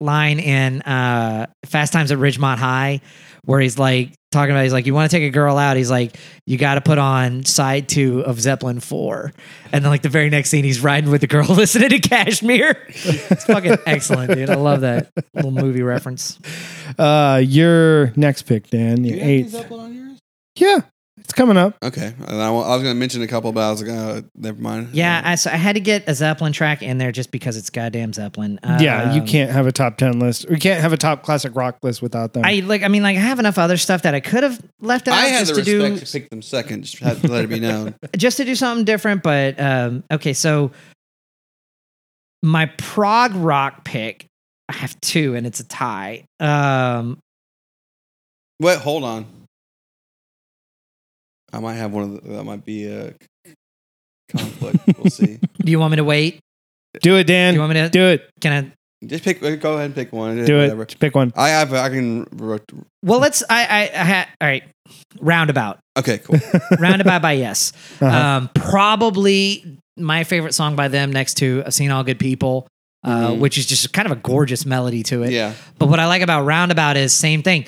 Speaker 2: line in uh, Fast Times at Ridgemont High where he's like talking about he's like you want to take a girl out he's like you got to put on side 2 of Zeppelin 4 and then like the very next scene he's riding with the girl (laughs) listening to Cashmere it's fucking excellent dude i love that little movie reference
Speaker 1: Uh, your next pick, Dan.
Speaker 3: Do
Speaker 1: Your
Speaker 3: you have Led
Speaker 1: eighth.
Speaker 3: Zeppelin on yours?
Speaker 1: Yeah. It's coming up.
Speaker 3: Okay. And I, wa- I was going to mention a couple, but I was like, oh, never mind.
Speaker 2: Yeah, I, so I had to get a Zeppelin track in there just because it's goddamn Zeppelin.
Speaker 1: yeah, you
Speaker 2: Um,
Speaker 1: can't have a top ten list. We can't have a top classic rock list without them.
Speaker 2: I like. I mean, like, I have enough other stuff that I could have left out
Speaker 3: I had
Speaker 2: just
Speaker 3: the
Speaker 2: to
Speaker 3: respect
Speaker 2: do
Speaker 3: to pick them second. Just had to let it be known.
Speaker 2: just to do something different. But um, okay, so my prog rock pick, I have two, and it's a tie. Um,
Speaker 3: Wait, hold on. I might have one of the, that might be a conflict. we'll see.
Speaker 2: do you want me to wait?
Speaker 1: do it,
Speaker 2: Do
Speaker 1: Dan.
Speaker 2: you want me to?
Speaker 1: do it.
Speaker 2: Can I?
Speaker 3: Just pick. Go ahead and pick one.
Speaker 1: Do
Speaker 3: whatever.
Speaker 1: it. Just pick one.
Speaker 3: I have. I can. ro-
Speaker 2: Well, let's. I. I. I ha, all right.
Speaker 1: (laughs)
Speaker 2: Roundabout.
Speaker 3: Okay. Cool.
Speaker 2: Roundabout by Yes.
Speaker 1: Uh-huh.
Speaker 2: Um, probably my favorite song by them, next to "I've Seen All Good People," uh,
Speaker 1: Mm-hmm.
Speaker 3: Mhm.
Speaker 2: which is just kind of a gorgeous melody to it.
Speaker 3: yeah.
Speaker 2: But what I like about Roundabout is same thing.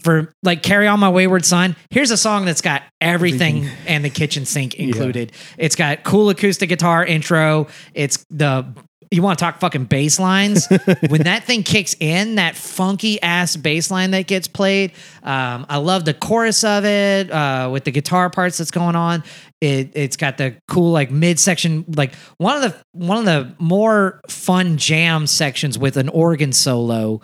Speaker 2: For like Carry On My Wayward Son, here's a song that's got everything, and the kitchen sink included. It's got cool acoustic guitar intro. It's the you want to talk fucking bass lines. when that thing kicks in, that funky ass bass line that gets played. Um, I love the chorus of it uh, with the guitar parts that's going on. It it's got the cool like midsection, like one of the one of the more fun jam sections with an organ solo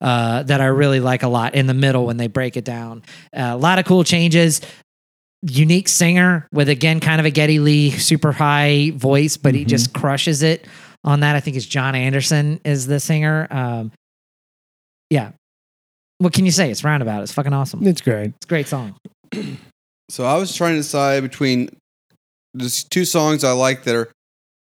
Speaker 2: uh, that I really like a lot in the middle when they break it down. Uh, a lot of cool changes. Unique singer with again kind of a Getty Lee super high voice, but he
Speaker 1: Mhm.
Speaker 2: just
Speaker 3: Mm-hmm.
Speaker 2: crushes it on that. I think it's John Anderson is the singer. Um, yeah. What can you say? It's roundabout. It's fucking awesome. It's
Speaker 1: It's great.
Speaker 2: a great song.
Speaker 3: So I was trying to decide between there's two songs I like that are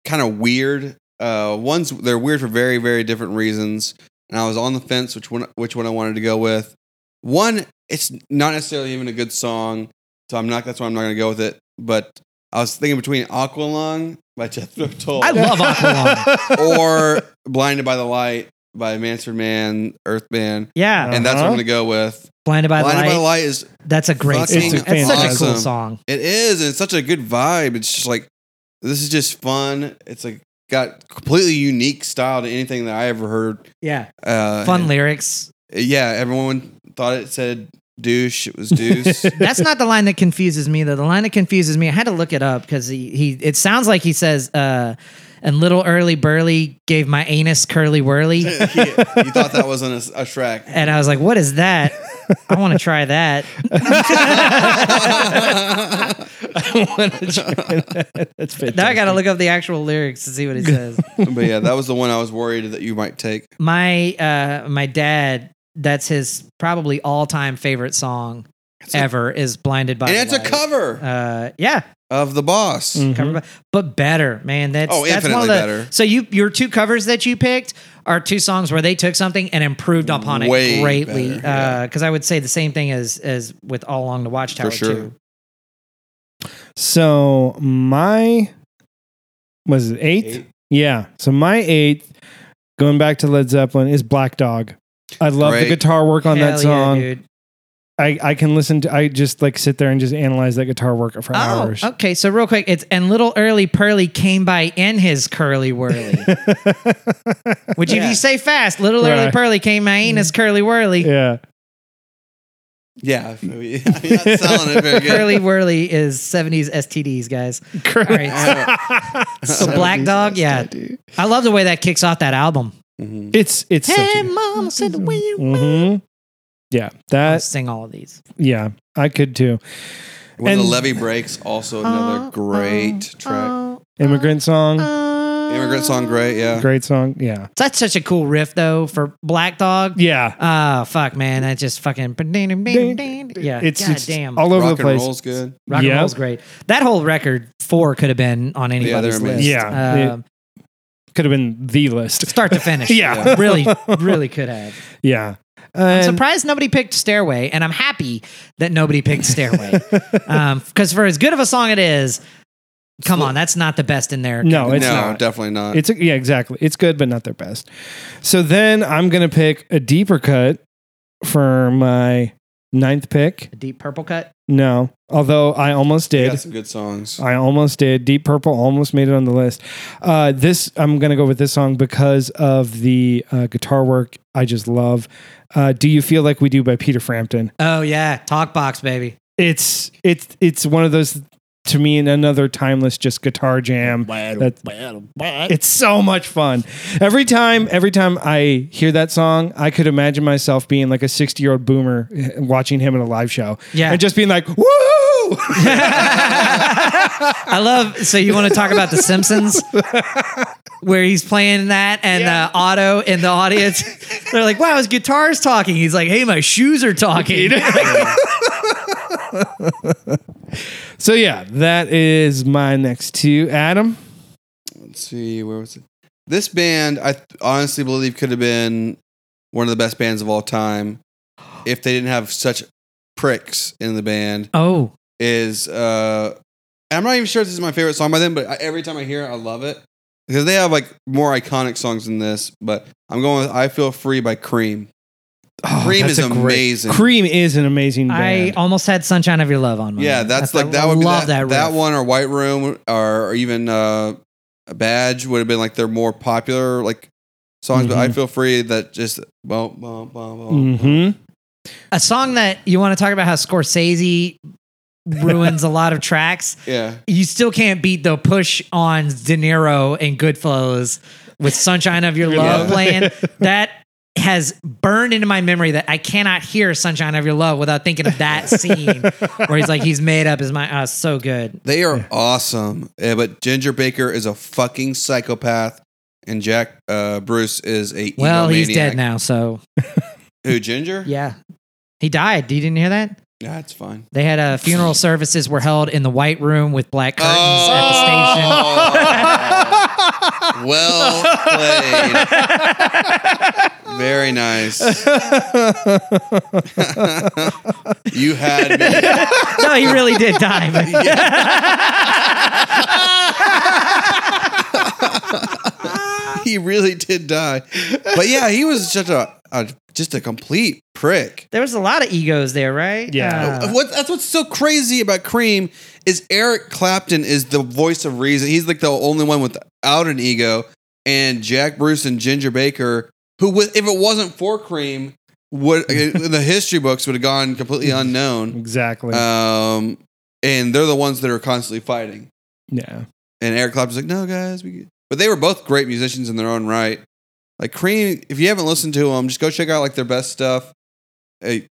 Speaker 3: kind of weird. Uh, one's they're weird for very very different reasons, and I was on the fence which one which one I wanted to go with. One, it's not necessarily even a good song, so I'm not. That's why I'm not going to go with it. But I was thinking between Aqualung by (laughs) Jethro Tull
Speaker 2: I love Aqualung.
Speaker 3: or Blinded by the Light by Mansard Man, Earthman,
Speaker 2: Yeah.
Speaker 3: and that's what I'm
Speaker 1: Uh-huh.
Speaker 3: going to go with.
Speaker 2: Blinded by the
Speaker 3: Blinded
Speaker 2: Light.
Speaker 3: by the Light is
Speaker 2: That's a great
Speaker 3: Fucking
Speaker 2: song. It's such a cool
Speaker 3: awesome.
Speaker 2: song.
Speaker 3: It is, and it's such a good vibe. It's just like this is just fun. It's like got completely unique style to anything that I ever heard.
Speaker 2: Yeah.
Speaker 3: Uh,
Speaker 2: Fun lyrics.
Speaker 3: and- yeah. Everyone thought it said douche. It
Speaker 2: (laughs)
Speaker 3: was deuce.
Speaker 2: That's not the line that confuses me though. The line that confuses me, I had to look it up because he, he it sounds like he says, uh, and little early burly gave my anus curly whirly.
Speaker 3: you thought that wasn't a, a track.
Speaker 2: And I was like, what is that? I want to try that.
Speaker 1: (laughs) That's
Speaker 2: Now I
Speaker 1: fantastic.
Speaker 2: got to look up the actual lyrics to see what he says.
Speaker 3: but yeah, that was the one I was worried that you might take.
Speaker 2: my uh my dad, that's his probably all-time favorite song
Speaker 3: a-
Speaker 2: ever is Blinded by
Speaker 3: And
Speaker 2: the
Speaker 3: it's a
Speaker 2: Light.
Speaker 3: cover
Speaker 2: Uh yeah,
Speaker 3: of The Boss.
Speaker 1: Mm-hmm.
Speaker 2: cover by- but better, man. That's
Speaker 3: Oh,
Speaker 2: that's one of
Speaker 3: infinitely
Speaker 2: the,
Speaker 3: better.
Speaker 2: So you your two covers that you picked are two songs where they took something and improved upon it
Speaker 3: Way
Speaker 2: greatly.
Speaker 3: better, yeah.
Speaker 2: Because I would say the same thing as as with All Along the Watchtower
Speaker 3: sure.
Speaker 2: too.
Speaker 1: So my was it eighth?
Speaker 3: Eight.
Speaker 1: Yeah. So my eighth, going back to Led Zeppelin, is Black Dog. I love
Speaker 3: Great.
Speaker 1: the guitar work on
Speaker 2: Hell
Speaker 1: that
Speaker 2: yeah,
Speaker 1: song.
Speaker 2: dude.
Speaker 1: I, I can listen to I just like sit there and just analyze that guitar work for hours.
Speaker 2: Oh, okay. So real quick, it's and little early Pearly came by in his
Speaker 1: (laughs)
Speaker 2: curly whirly. Which if
Speaker 1: Yeah.
Speaker 2: you say fast, little early
Speaker 1: Right.
Speaker 2: Pearly came by in his curly whirly.
Speaker 1: yeah.
Speaker 3: Yeah, I mean, (laughs) you're not selling
Speaker 2: (laughs)
Speaker 3: it very (laughs) good.
Speaker 2: Curly whirly is seventies STDs, guys.
Speaker 1: Correct. (laughs)
Speaker 2: So Black Dog, yeah. I love the way that kicks off that album.
Speaker 3: Mhm.
Speaker 1: It's it's such
Speaker 2: Hey,
Speaker 1: a,
Speaker 2: mama said the way you
Speaker 1: Mhm. Yeah.
Speaker 2: I'll
Speaker 1: That
Speaker 2: sing all of these.
Speaker 1: yeah. I could too.
Speaker 3: When the
Speaker 1: And-
Speaker 3: levee breaks, also
Speaker 2: Uh,
Speaker 3: another great track.
Speaker 1: Immigrant song.
Speaker 3: Immigrant song, great, yeah.
Speaker 1: Great song. Yeah.
Speaker 2: That's such a cool riff though for Black Dog.
Speaker 1: Yeah.
Speaker 2: Oh fuck, man! That just fucking yeah.
Speaker 1: It's,
Speaker 2: God
Speaker 1: it's
Speaker 2: damn.
Speaker 1: all over
Speaker 3: Rock
Speaker 1: the
Speaker 3: and
Speaker 1: place.
Speaker 3: roll's good.
Speaker 2: Rock and
Speaker 1: Yeah.
Speaker 2: roll's great. That whole record four could have been on anybody's
Speaker 3: amazing.
Speaker 2: list.
Speaker 1: Yeah, they-
Speaker 2: Um,
Speaker 1: Could have been the list. (laughs)
Speaker 2: start to finish.
Speaker 1: Yeah.
Speaker 2: really, really could have.
Speaker 1: Yeah.
Speaker 2: I'm
Speaker 1: (laughs) And-
Speaker 2: surprised nobody picked Stairway, and I'm happy that nobody picked Stairway.
Speaker 1: (laughs)
Speaker 2: Because for as good of a song it is, come on, that's not the best in there.
Speaker 1: no, it's
Speaker 3: no,
Speaker 1: not.
Speaker 3: definitely not.
Speaker 1: It's yeah, exactly. It's good, but not their best. So then I'm gonna pick a deeper cut for my ninth pick.
Speaker 2: A deep purple cut.
Speaker 1: No, although I almost
Speaker 3: They
Speaker 1: did.
Speaker 3: got some good songs.
Speaker 1: I almost did. Deep Purple almost made it on the list. Uh, this I'm gonna go with this song because of the uh, guitar work. I just love. Uh, Do you feel like we do by Peter Frampton?
Speaker 2: Oh yeah, talk box baby.
Speaker 1: it's it's it's one of those to me and another timeless just guitar jam. That- it's so much fun. Every time, every time I hear that song, I could imagine myself being like a sixty-year-old boomer eh, watching him in a live show,
Speaker 2: Yeah.
Speaker 1: and just being like, (laughs) "Woo!"
Speaker 2: I love. So you want to talk about The Simpsons, where he's playing that and uh, Otto in the audience? They're like, "Wow, his guitar's talking." He's like, "Hey, my shoes are
Speaker 3: (laughs)
Speaker 2: talking."
Speaker 1: so yeah, that is my next two. Adam,
Speaker 3: Let's see, where was it? This band, I th- honestly believe, could have been one of the best bands of all time if they didn't have such pricks in the band.
Speaker 2: oh,
Speaker 3: Is uh, I'm not even sure if this is my favorite song by them, but I, every time I hear it, I love it because they have like more iconic songs than this. But I'm going with "I Feel Free" by Cream.
Speaker 1: Oh,
Speaker 3: Cream
Speaker 1: that's
Speaker 3: is
Speaker 1: a great-
Speaker 3: amazing.
Speaker 1: Cream is an amazing
Speaker 2: I
Speaker 1: band.
Speaker 2: almost had "Sunshine of Your Love" on. Mine.
Speaker 3: Yeah, that's
Speaker 2: I-
Speaker 3: like
Speaker 2: I
Speaker 3: that would be
Speaker 2: love
Speaker 3: that, that,
Speaker 2: riff.
Speaker 3: one or White Room or, or even uh, a Badge would have been like their more popular like songs. But I
Speaker 2: Mm-hmm.
Speaker 1: Mhm.
Speaker 3: feel free that just bum, bum, bum,
Speaker 1: (laughs)
Speaker 3: bum.
Speaker 1: hmm
Speaker 2: A song that you want to talk about how Scorsese ruins a lot of tracks.
Speaker 3: yeah,
Speaker 2: You still can't beat the push on De Niro and Goodfellas with "Sunshine of Your Love"
Speaker 3: love.
Speaker 2: playing. That has burned into my memory that I cannot hear "Sunshine of Your Love" without thinking of that scene where he's like, he's made up his mind. Oh, it's so good.
Speaker 3: they are awesome. Yeah, but Ginger Baker is a fucking psychopath, and Jack uh, Bruce is a
Speaker 2: Well, he's
Speaker 3: egomaniac.
Speaker 2: dead now, so
Speaker 3: Who Ginger?
Speaker 2: yeah, he died. You didn't hear that?
Speaker 3: that's fine.
Speaker 2: They had uh, funeral services were held in the white room with black curtains at the station.
Speaker 3: Oh. well played. Very nice. (laughs) you had me. (laughs)
Speaker 2: no, he really did die. But
Speaker 3: he really did die. But yeah, he was such a, a just a complete prick.
Speaker 2: There was a lot of egos there, right?
Speaker 1: Yeah.
Speaker 2: Uh,
Speaker 3: What that's what's so crazy about Cream is Eric Clapton is the voice of reason. He's like the only one without an ego, and Jack Bruce and Ginger Baker, who was, if it wasn't for Cream, would (laughs) uh, the history books would have gone completely
Speaker 1: (laughs)
Speaker 3: unknown.
Speaker 1: exactly.
Speaker 3: Um, and they're the ones that are constantly fighting.
Speaker 1: yeah.
Speaker 3: And Eric Clapton's like, no, guys, we. Get-. But they were both great musicians in their own right. Like Cream, if you haven't listened to them, just go check out like their best stuff. Hey,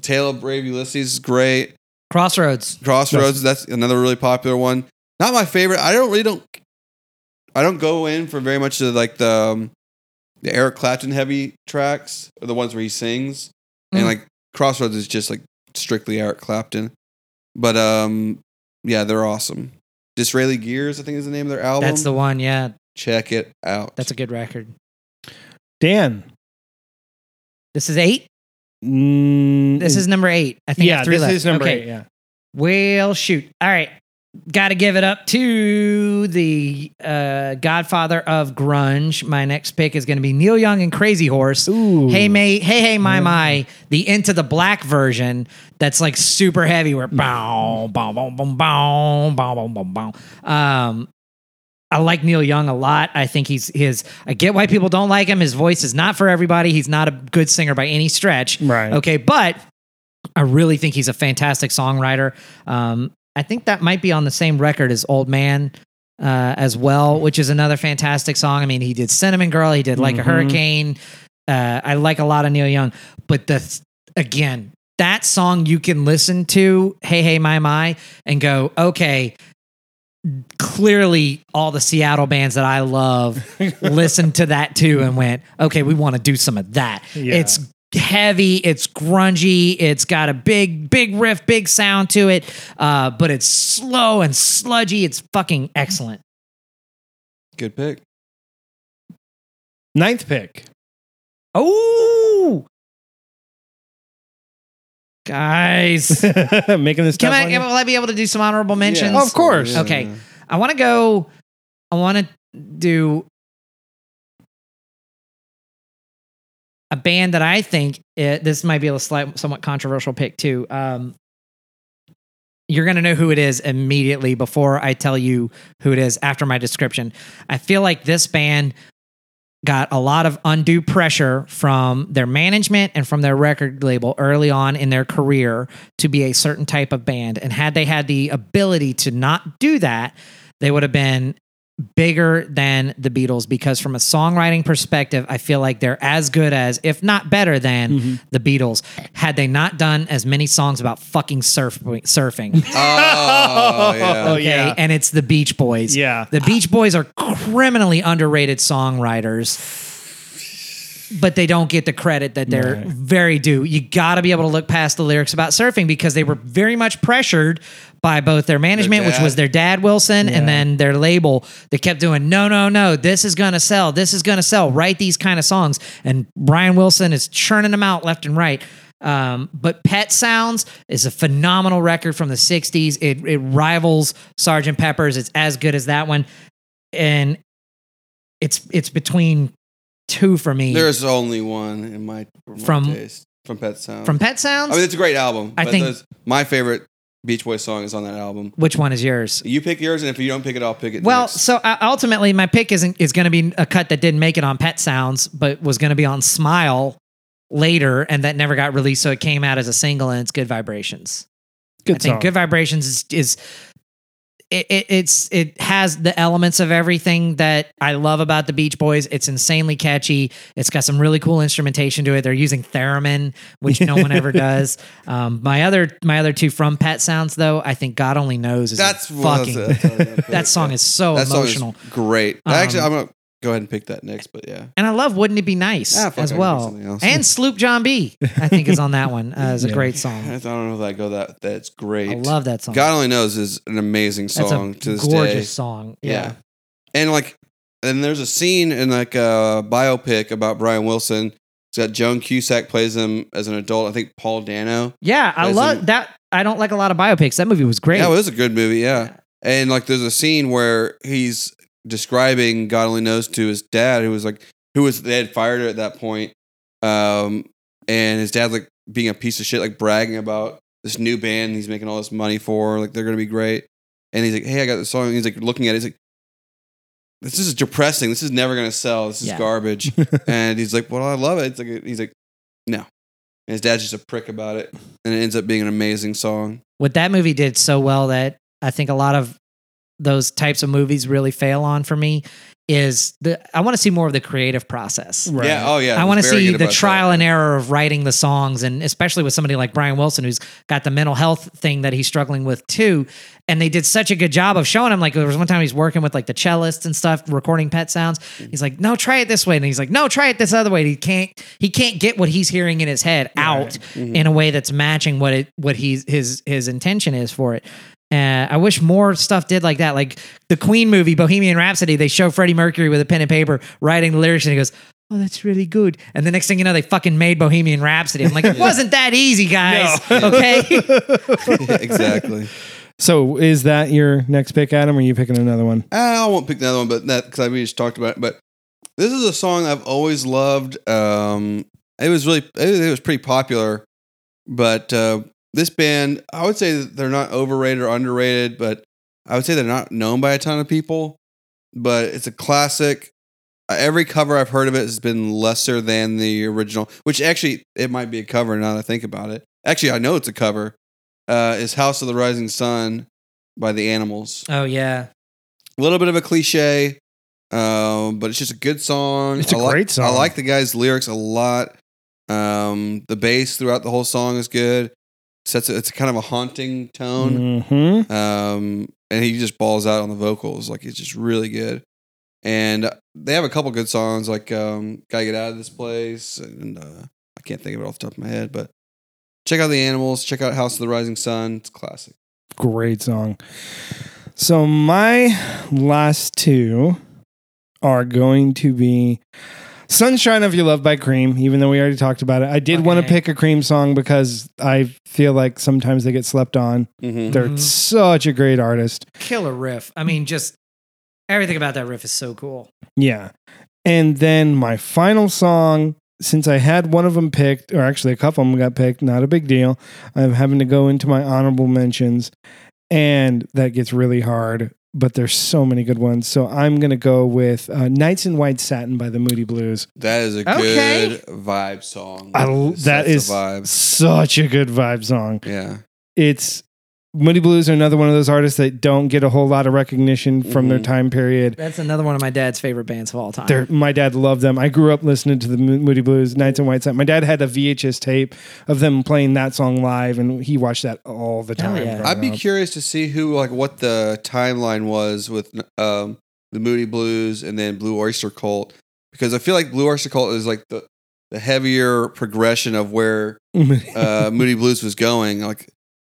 Speaker 3: Tale of Brave Ulysses is great.
Speaker 2: Crossroads.
Speaker 3: Crossroads, that's another really popular one. Not my favorite. I don't really don't. I don't go in for very much of like the um, the Eric Clapton heavy tracks or the ones where he sings.
Speaker 2: Mm.
Speaker 3: And like Crossroads is just like strictly Eric Clapton. But um, yeah, they're awesome. Disraeli Gears, I think is the name of their album
Speaker 2: That's the one. Yeah,
Speaker 3: check it out.
Speaker 2: that's a good record.
Speaker 1: Dan.
Speaker 2: This is eight.
Speaker 1: Mm,
Speaker 2: This is number eight. I think. I
Speaker 1: yeah.
Speaker 2: have three
Speaker 1: This
Speaker 2: left.
Speaker 1: is number
Speaker 2: Okay.
Speaker 1: eight. Yeah.
Speaker 2: Well, shoot. All right. Got to give it up to the uh, Godfather of Grunge. My next pick is going to be Neil Young and Crazy Horse.
Speaker 1: Ooh.
Speaker 2: Hey, May, hey, hey, my, my, the Into the Black version that's like super heavy
Speaker 1: Mm.
Speaker 2: where bow, bow, bow, bow, bow, bow, bow, bow, bow. Um, I like Neil Young a lot. I think he's his. I get why people don't like him. His voice is not for everybody. He's not a good singer by any stretch.
Speaker 1: Right.
Speaker 2: Okay, but I really think he's a fantastic songwriter. Um, I think that might be on the same record as Old Man uh, as well, which is another fantastic song. I mean, he did Cinnamon Girl, he did Like
Speaker 1: Mhm.
Speaker 2: a Hurricane. Uh, I like a lot of Neil Young, but the again, that song you can listen to, Hey Hey My My, and go, okay, clearly all the Seattle bands that I love listened to that too and went, okay, we want to do some of that.
Speaker 1: Yeah.
Speaker 2: It's heavy, it's grungy, it's got a big, big riff, big sound to it, uh, but it's slow and sludgy. It's fucking excellent.
Speaker 3: Good pick.
Speaker 1: Ninth pick. (laughs)
Speaker 2: Oh, guys.
Speaker 1: Making this tough
Speaker 2: Can I,
Speaker 1: on you?
Speaker 2: will I be able to do some honorable mentions?
Speaker 1: Of course.
Speaker 2: Okay. I want to go. I want to do a band that I think it, this might be a slight, somewhat controversial pick too. Um, you're gonna know who it is immediately before I tell you who it is after my description. I feel like this band got a lot of undue pressure from their management and from their record label early on in their career to be a certain type of band. And had they had the ability to not do that, they would have been bigger than the Beatles because from a songwriting perspective, I feel like they're as good as, if not better than,
Speaker 1: Hmm. Mm-hmm.
Speaker 2: the Beatles. Had they not done as many songs about fucking surf- surfing,
Speaker 3: Oh, yeah.
Speaker 2: (laughs)
Speaker 4: Oh,
Speaker 2: okay,
Speaker 4: yeah.
Speaker 2: and it's the Beach Boys.
Speaker 4: Yeah.
Speaker 2: the Beach Boys are criminally underrated songwriters. But they don't get the credit that they're very due. You got to be able to look past the lyrics about surfing because they were very much pressured by both their management, which
Speaker 3: dad.
Speaker 2: was their dad Wilson, and then their label. They kept doing no, no, no. This is gonna sell. This is gonna sell. Write these kind of songs, and Brian Wilson is churning them out left and right. Um, but Pet Sounds is a phenomenal record from the '60s. It it rivals Sgt. Pepper's. It's as good as that one, and it's it's between two for me.
Speaker 3: There's only one in my
Speaker 2: From-
Speaker 3: from my taste, from Pet Sounds.
Speaker 2: from Pet Sounds.
Speaker 3: Oh. I mean, it's a great album.
Speaker 2: I
Speaker 3: but
Speaker 2: think-
Speaker 3: those- my favorite Beach Boy song is on that album.
Speaker 2: which one is yours?
Speaker 3: You pick yours, and if you don't pick it, I'll pick it.
Speaker 2: Well,
Speaker 3: next.
Speaker 2: so uh, ultimately, my pick isn't is going to be a cut that didn't make it on Pet Sounds, but was going to be on Smile later, and that never got released, so it came out as a single, and it's Good Vibrations.
Speaker 1: Good
Speaker 2: I think
Speaker 1: song.
Speaker 2: Good Vibrations is is it, it it's it has the elements of everything that I love about the Beach Boys. It's insanely catchy. It's got some really cool instrumentation to it. They're using theremin, which no
Speaker 1: (laughs)
Speaker 2: one ever does. Um, my other my other two from Pet Sounds though, I think God only knows is
Speaker 3: that's
Speaker 2: a fucking.
Speaker 3: that's- that's- that's-
Speaker 2: (laughs) that song is so
Speaker 3: that song is
Speaker 2: emotional.
Speaker 3: great.
Speaker 2: Um,
Speaker 3: Actually, I'm gonna go ahead and pick that next. But yeah,
Speaker 2: And I love Wouldn't It Be Nice
Speaker 3: Ah, fuck, I
Speaker 2: as
Speaker 3: can do
Speaker 2: well.
Speaker 3: something else.
Speaker 2: And Sloop John B, I think, is on that one. Uh, is
Speaker 1: (laughs)
Speaker 2: a
Speaker 1: Yeah.
Speaker 2: great
Speaker 3: I
Speaker 2: song.
Speaker 3: don't know if I go that. That's great.
Speaker 2: I love that song.
Speaker 3: God only knows is an amazing
Speaker 2: That's
Speaker 3: song
Speaker 2: a
Speaker 3: to this
Speaker 2: gorgeous
Speaker 3: day.
Speaker 2: song.
Speaker 3: Yeah.
Speaker 2: Yeah.
Speaker 3: And like, and there's a scene in like a biopic about Brian Wilson. It's got Joan Cusack plays him as an adult. I think Paul Dano.
Speaker 2: Yeah, I
Speaker 3: As
Speaker 2: love
Speaker 3: in-
Speaker 2: that. I don't like a lot of biopics. That movie was great.
Speaker 3: Yeah, it was a good movie. Yeah. And like, there's a scene where he's describing God only knows to his dad, who was like, who was they had fired her at that point. Um, and his dad's like being a piece of shit, like bragging about this new band he's making all this money for, like they're gonna be great. And he's like, hey, I got this song. And he's like looking at it, he's like, this is depressing. This is never gonna sell. This is
Speaker 2: Yeah. (laughs)
Speaker 3: garbage. and he's like, well, I love it. It's like he's like, no. And his dad's just a prick about it, and it ends up being an amazing song.
Speaker 2: what that movie did so well that I think a lot of those types of movies really fail on for me is the I want to see more of the creative process.
Speaker 1: (laughs) Right.
Speaker 3: Yeah. Oh yeah.
Speaker 2: I
Speaker 3: He's
Speaker 2: want to
Speaker 3: very
Speaker 2: see
Speaker 3: good
Speaker 2: the
Speaker 3: about that.
Speaker 2: trial and error of writing the songs, and especially with somebody like Brian Wilson, who's got the mental health thing that he's struggling with too. And they did such a good job of showing him. Like there was one time he's working with like the cellist and stuff, recording pet sounds.
Speaker 3: Mm.
Speaker 2: He's like, "No, try it this way," and he's like, "No, try it this other way." And he can't. He can't get what he's hearing in his head out
Speaker 3: Mm-hmm.
Speaker 2: in a way that's matching what it what he's his his intention is for it. Uh, I wish more stuff did like that. Like the Queen movie, Bohemian Rhapsody, they show Freddie Mercury with a pen and paper writing the lyrics, and he goes, "Oh, that's really good." And the next thing you know, they fucking made Bohemian Rhapsody. I'm like, (laughs) it wasn't that easy, guys. (laughs) Okay,
Speaker 3: Yeah, (laughs) exactly.
Speaker 1: (laughs) So is that your next pick, Adam, or are you picking another one?
Speaker 3: Eh, I won't pick another one, but that because we just talked about it. But this is a song I've always loved. Um, it was really it was pretty popular, but uh, this band I would say that they're not overrated or underrated, but I would say they're not known by a ton of people. But it's a classic. Uh, Every cover I've heard of it has been lesser than the original, which actually it might be a cover now that I think about it. Actually, I know it's a cover. Uh, is House of the Rising Sun by the Animals
Speaker 2: oh yeah,
Speaker 3: a little bit of a cliche, um, but it's just a good song.
Speaker 1: It's a
Speaker 3: I like-
Speaker 1: great song.
Speaker 3: I like the guy's lyrics a lot. Um, the bass throughout the whole song is good. Sets it, it's kind of a haunting tone.
Speaker 1: Mm-hmm.
Speaker 3: Um, and he just balls out on the vocals. Like it's just really good. And they have a couple good songs like um, "Gotta Get Out of This Place" and uh, I can't think of it off the top of my head. But check out the Animals. Check out "House of the Rising Sun." It's a classic.
Speaker 1: Great song. So my last two are going to be Sunshine of Your Love by Cream, even though we already talked about it. I did
Speaker 2: Fucking
Speaker 1: want
Speaker 2: A.
Speaker 1: to pick a Cream song because I feel like sometimes they get slept on.
Speaker 3: Mm-hmm.
Speaker 1: They're
Speaker 2: Mhm.
Speaker 1: such a great artist.
Speaker 2: killer riff. I mean, just everything about that riff is so cool.
Speaker 1: Yeah. And then my final song, since I had one of them picked, or actually a couple of them got picked, not a big deal. I'm having to go into my honorable mentions, and that gets really hard. but there's so many good ones. So I'm gonna go with uh, "Nights in White Satin" by the Moody Blues.
Speaker 3: That is a
Speaker 2: Okay.
Speaker 3: good vibe song.
Speaker 1: I l-
Speaker 3: It
Speaker 1: that
Speaker 3: sets the
Speaker 1: is
Speaker 3: vibe.
Speaker 1: such a good vibe song.
Speaker 3: Yeah.
Speaker 1: It's Moody Blues are another one of those artists that don't get a whole lot of recognition from their
Speaker 3: Mhm.
Speaker 1: time period.
Speaker 2: That's another one of my dad's favorite bands of all time.
Speaker 1: They're, my dad loved them. I grew up listening to the Mo- Moody Blues, Nights in White Satin. My dad had a VHS tape of them playing that song live, and he watched that all the
Speaker 2: Hell
Speaker 1: time.
Speaker 2: yeah.
Speaker 1: growing
Speaker 3: I'd be
Speaker 1: up.
Speaker 3: curious to see who like what the timeline was with um, the Moody Blues and then Blue Oyster Cult because I feel like Blue Oyster Cult is like the the heavier progression of where
Speaker 1: (laughs)
Speaker 2: (laughs)
Speaker 3: uh, Moody Blues was going like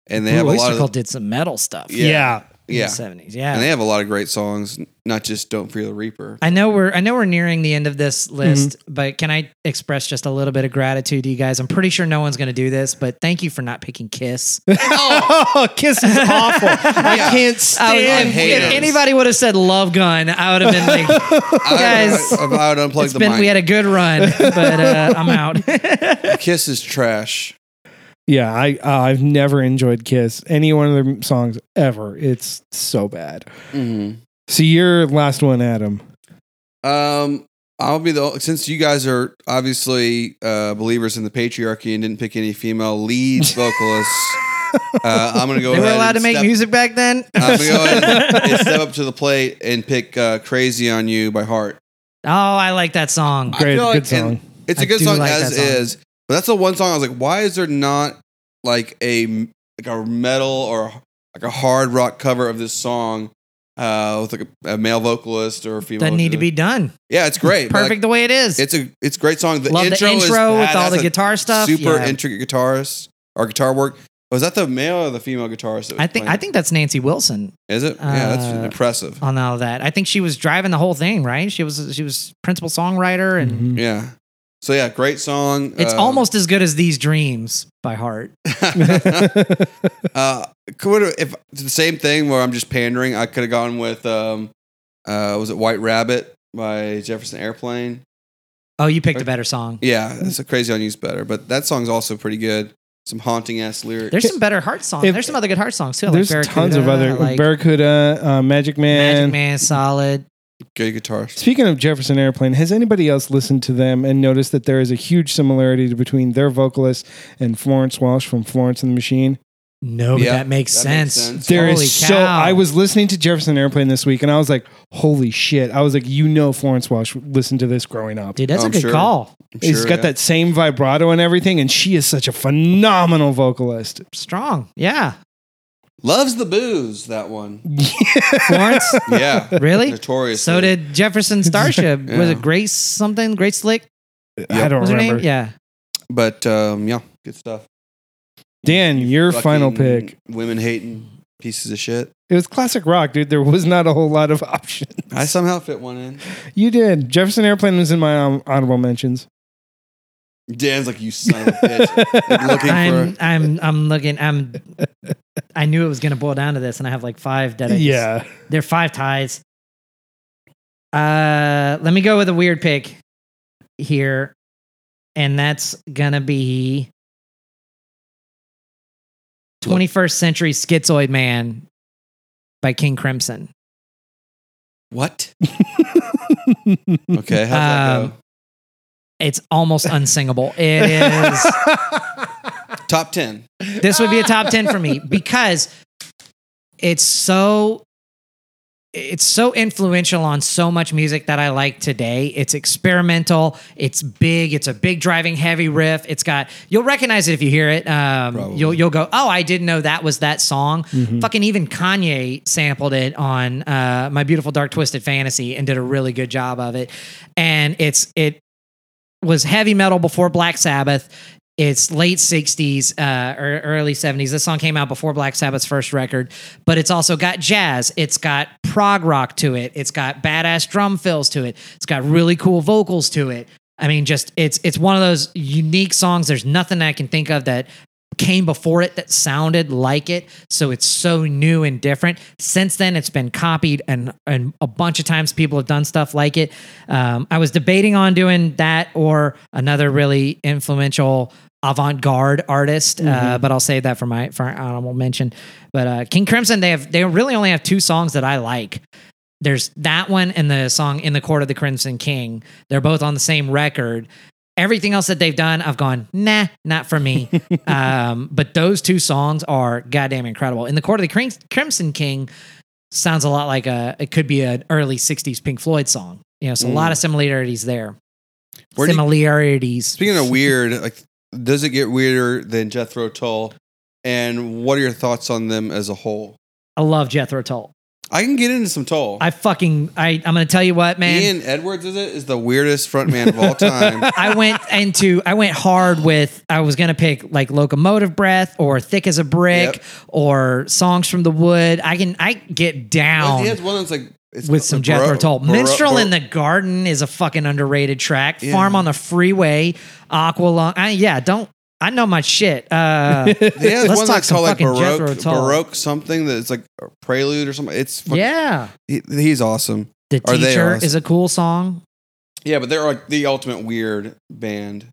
Speaker 3: and they
Speaker 2: Blue
Speaker 3: have a
Speaker 2: Oyster
Speaker 3: lot of
Speaker 2: Cult did some metal stuff.
Speaker 3: Yeah.
Speaker 1: yeah.
Speaker 2: in
Speaker 3: yeah
Speaker 2: the seventies. Yeah,
Speaker 3: and they have a lot of great songs not just Don't Fear the Reaper.
Speaker 2: I know we're I know we're nearing the end of this list, but can I express just a little bit of gratitude to you guys? I'm pretty sure no one's going to do this, but thank you for not picking (laughs) Kiss.
Speaker 1: Oh, (laughs) Kiss is awful.
Speaker 2: (laughs)
Speaker 1: I
Speaker 3: (laughs) Yeah.
Speaker 1: can't
Speaker 2: I would-
Speaker 1: stand.
Speaker 3: I hate
Speaker 2: if
Speaker 3: it.
Speaker 2: anybody would have said Love Gun, I would have been like,
Speaker 3: I,
Speaker 2: Guys,
Speaker 3: I, I would unplug
Speaker 2: it's
Speaker 3: the
Speaker 2: been,
Speaker 3: mic.
Speaker 2: we had a good run,
Speaker 3: (laughs)
Speaker 2: but uh, I'm out.
Speaker 3: Kiss is trash.
Speaker 1: Yeah, I uh, I've never enjoyed Kiss any one of their songs ever. It's so bad.
Speaker 3: Mhm.
Speaker 1: So your last one, Adam.
Speaker 3: Um, I'll be the since you guys are obviously uh, believers in the patriarchy and didn't pick any female lead vocalists. uh, I'm gonna go.
Speaker 2: they were
Speaker 3: ahead
Speaker 2: allowed
Speaker 3: and
Speaker 2: to make
Speaker 3: step-
Speaker 2: music back
Speaker 3: (laughs)
Speaker 2: then.
Speaker 3: I'm gonna go ahead
Speaker 2: (laughs)
Speaker 3: and step up to the plate and pick uh, "Crazy on You" by Heart.
Speaker 2: Oh, I like that song.
Speaker 3: I
Speaker 1: Great,
Speaker 3: feel like
Speaker 1: good
Speaker 3: in-
Speaker 1: song.
Speaker 3: It's a
Speaker 2: I
Speaker 3: good
Speaker 2: do
Speaker 3: song
Speaker 2: like that
Speaker 3: as
Speaker 2: song.
Speaker 3: is, but that's the one song I was like, why is there not like a like a metal or like a hard rock cover of this song uh, with like a, a male vocalist or a female?
Speaker 2: Doesn't need to be
Speaker 3: vocalist?
Speaker 2: done.
Speaker 3: Yeah, it's great. but, like,
Speaker 2: Perfect the way it is.
Speaker 3: it's a it's a great song. The
Speaker 2: Love
Speaker 3: intro
Speaker 2: the
Speaker 3: is
Speaker 2: intro with
Speaker 3: badass.
Speaker 2: all the
Speaker 3: That's
Speaker 2: guitar stuff.
Speaker 3: Super
Speaker 2: Yeah.
Speaker 3: intricate guitarist or guitar work. Was that the male or the female guitarist? that was
Speaker 2: I think
Speaker 3: playing?
Speaker 2: I think that's Nancy Wilson
Speaker 3: is it. yeah, that's
Speaker 2: uh,
Speaker 3: impressive.
Speaker 2: on all that. I think she was driving the whole thing, right? She was she was principal songwriter and (laughs)
Speaker 1: Mhm.
Speaker 3: Yeah. So yeah, great song.
Speaker 2: um, It's
Speaker 3: Um,
Speaker 2: almost (laughs) as good as These Dreams by Heart.
Speaker 3: (laughs) uh, could if it's the same thing where I'm just pandering. I could have gone with um, uh, was it White Rabbit by Jefferson Airplane?
Speaker 2: Oh, you picked a better song.
Speaker 3: Yeah, it's a crazy on you's better, but that song's also pretty good. Some haunting ass lyrics.
Speaker 2: There's some better Heart songs.
Speaker 1: If-
Speaker 2: There's some other good Heart songs too. I like
Speaker 1: There's tons of
Speaker 2: Barracuda,
Speaker 1: other
Speaker 2: I like
Speaker 1: Barracuda, uh, Magic Man.
Speaker 2: Magic Man, solid.
Speaker 3: good guitar.
Speaker 1: Speaking of Jefferson Airplane, has anybody else listened to them and noticed that there is a huge similarity to- between their vocalist and Florence Welsh from Florence and the Machine?
Speaker 2: No, but
Speaker 3: Yeah,
Speaker 2: that makes
Speaker 3: that
Speaker 2: sense.
Speaker 3: makes sense.
Speaker 1: There is
Speaker 2: Holy
Speaker 1: so.
Speaker 2: cow.
Speaker 1: I was listening to Jefferson Airplane this week, and I was like, "Holy shit!" I was like, "You know, Florence Welsh listened to this growing up.
Speaker 2: dude. That's
Speaker 3: I'm
Speaker 2: a good
Speaker 3: sure.
Speaker 2: call.
Speaker 3: I'm
Speaker 1: He's
Speaker 3: sure,
Speaker 1: got
Speaker 3: yeah.
Speaker 1: that same vibrato and everything, and she is such a phenomenal vocalist.
Speaker 2: Strong. Yeah,
Speaker 3: loves the booze. That one. (laughs)
Speaker 2: Florence.
Speaker 3: Yeah,
Speaker 2: (laughs) really?
Speaker 3: Notorious.
Speaker 2: So
Speaker 1: (laughs)
Speaker 2: did Jefferson Starship. Was
Speaker 3: Yeah.
Speaker 2: it Grace something? Grace Slick
Speaker 1: I don't
Speaker 2: was her
Speaker 1: remember.
Speaker 2: name? Yeah.
Speaker 3: But um, yeah, good stuff.
Speaker 1: Dan, your final
Speaker 3: Fucking
Speaker 1: pick.
Speaker 3: Women hating pieces of shit.
Speaker 1: It was classic rock, dude. There was not a whole lot of (laughs) options.
Speaker 3: I somehow fit one in.
Speaker 1: You did. Jefferson Airplane was in my um, honorable mentions.
Speaker 3: Dan's like you son of a
Speaker 1: (laughs)
Speaker 3: bitch. Like, looking
Speaker 2: I'm,
Speaker 3: for
Speaker 2: I'm, I'm looking. I'm. I knew it was going to boil down to this, and I have like five that I just-
Speaker 1: yeah.
Speaker 2: They're five ties. Uh, let me go with a weird pick here, and that's gonna be 21st Century Schizoid Man by King Crimson.
Speaker 1: (laughs)
Speaker 3: what? Okay, how'd that
Speaker 2: Um,
Speaker 3: go?
Speaker 2: It's almost unsingable.
Speaker 1: (laughs)
Speaker 2: It is.
Speaker 3: Top ten.
Speaker 2: this would be a top 10 for me because it's so it's so influential on so much music that I like today. It's experimental. It's big. It's a big driving heavy riff. It's got you'll recognize it if you hear it. Um,
Speaker 3: Probably.
Speaker 2: you'll you'll go, oh, I didn't know that was that song.
Speaker 1: Mhm.
Speaker 2: Fucking even Kanye sampled it on uh, My Beautiful Dark Twisted Fantasy and did a really good job of it. And it's it was heavy metal before Black Sabbath. It's late 60s, uh, or early 70s. This song came out before Black Sabbath's first record, but it's also got jazz. It's got prog rock to it. It's got badass drum fills to it. It's got really cool vocals to it. I mean, just it's it's one of those unique songs. There's nothing I can think of that came before it that sounded like it. So it's so new and different. Since then, it's been copied and and a bunch of times people have done stuff like it. Um, I was debating on doing that or another really influential avant-garde artist, uh, but I'll save that for my for honorable mention. But uh, King Crimson, they have they really only have two songs that I like. There's that one and the song "In the Court of the Crimson King." They're both on the same record. Everything else that they've done, I've gone, nah, not for
Speaker 3: (laughs)
Speaker 2: me. um, but those two songs are goddamn incredible. In the Court of the Crim- Crimson King, sounds a lot like a it could be an early 60s pink floyd song you know so a lot of similarities there
Speaker 3: Mm. Where do you-
Speaker 2: similarities
Speaker 3: Speaking of weird, like, does it get weirder than Jethro Tull? And what are your thoughts on them as a whole?
Speaker 2: i love jethro tull
Speaker 3: I can get into some Tull.
Speaker 2: i fucking i i'm gonna tell you what man
Speaker 3: Ian Edwards is it is the weirdest frontman of
Speaker 2: (laughs)
Speaker 3: all time.
Speaker 2: I went into I went hard with I was gonna pick like locomotive breath or thick as a brick
Speaker 3: Yep.
Speaker 2: or songs from the wood. I can I get down
Speaker 3: he has one that's like it's
Speaker 2: with some
Speaker 3: Baro-
Speaker 2: Jethro Tull.
Speaker 3: Baro-
Speaker 2: Minstrel
Speaker 3: Baro-
Speaker 2: in the Garden is a fucking underrated track.
Speaker 3: Yeah.
Speaker 2: Farm on the Freeway, Aqualung. I, yeah, don't. I know my shit.
Speaker 3: (laughs)
Speaker 2: Uh,
Speaker 3: He has
Speaker 2: Let's
Speaker 3: one
Speaker 2: talk
Speaker 3: that's
Speaker 2: some
Speaker 3: called like
Speaker 2: fucking Jethro
Speaker 3: Baroque,
Speaker 2: Tull.
Speaker 3: Baroque something that's like a prelude or something. It's fucking,
Speaker 2: yeah,
Speaker 3: he- he's awesome.
Speaker 2: the
Speaker 3: Are they
Speaker 2: teacher
Speaker 3: awesome?
Speaker 2: is a cool song.
Speaker 3: Yeah, but they're like the ultimate weird band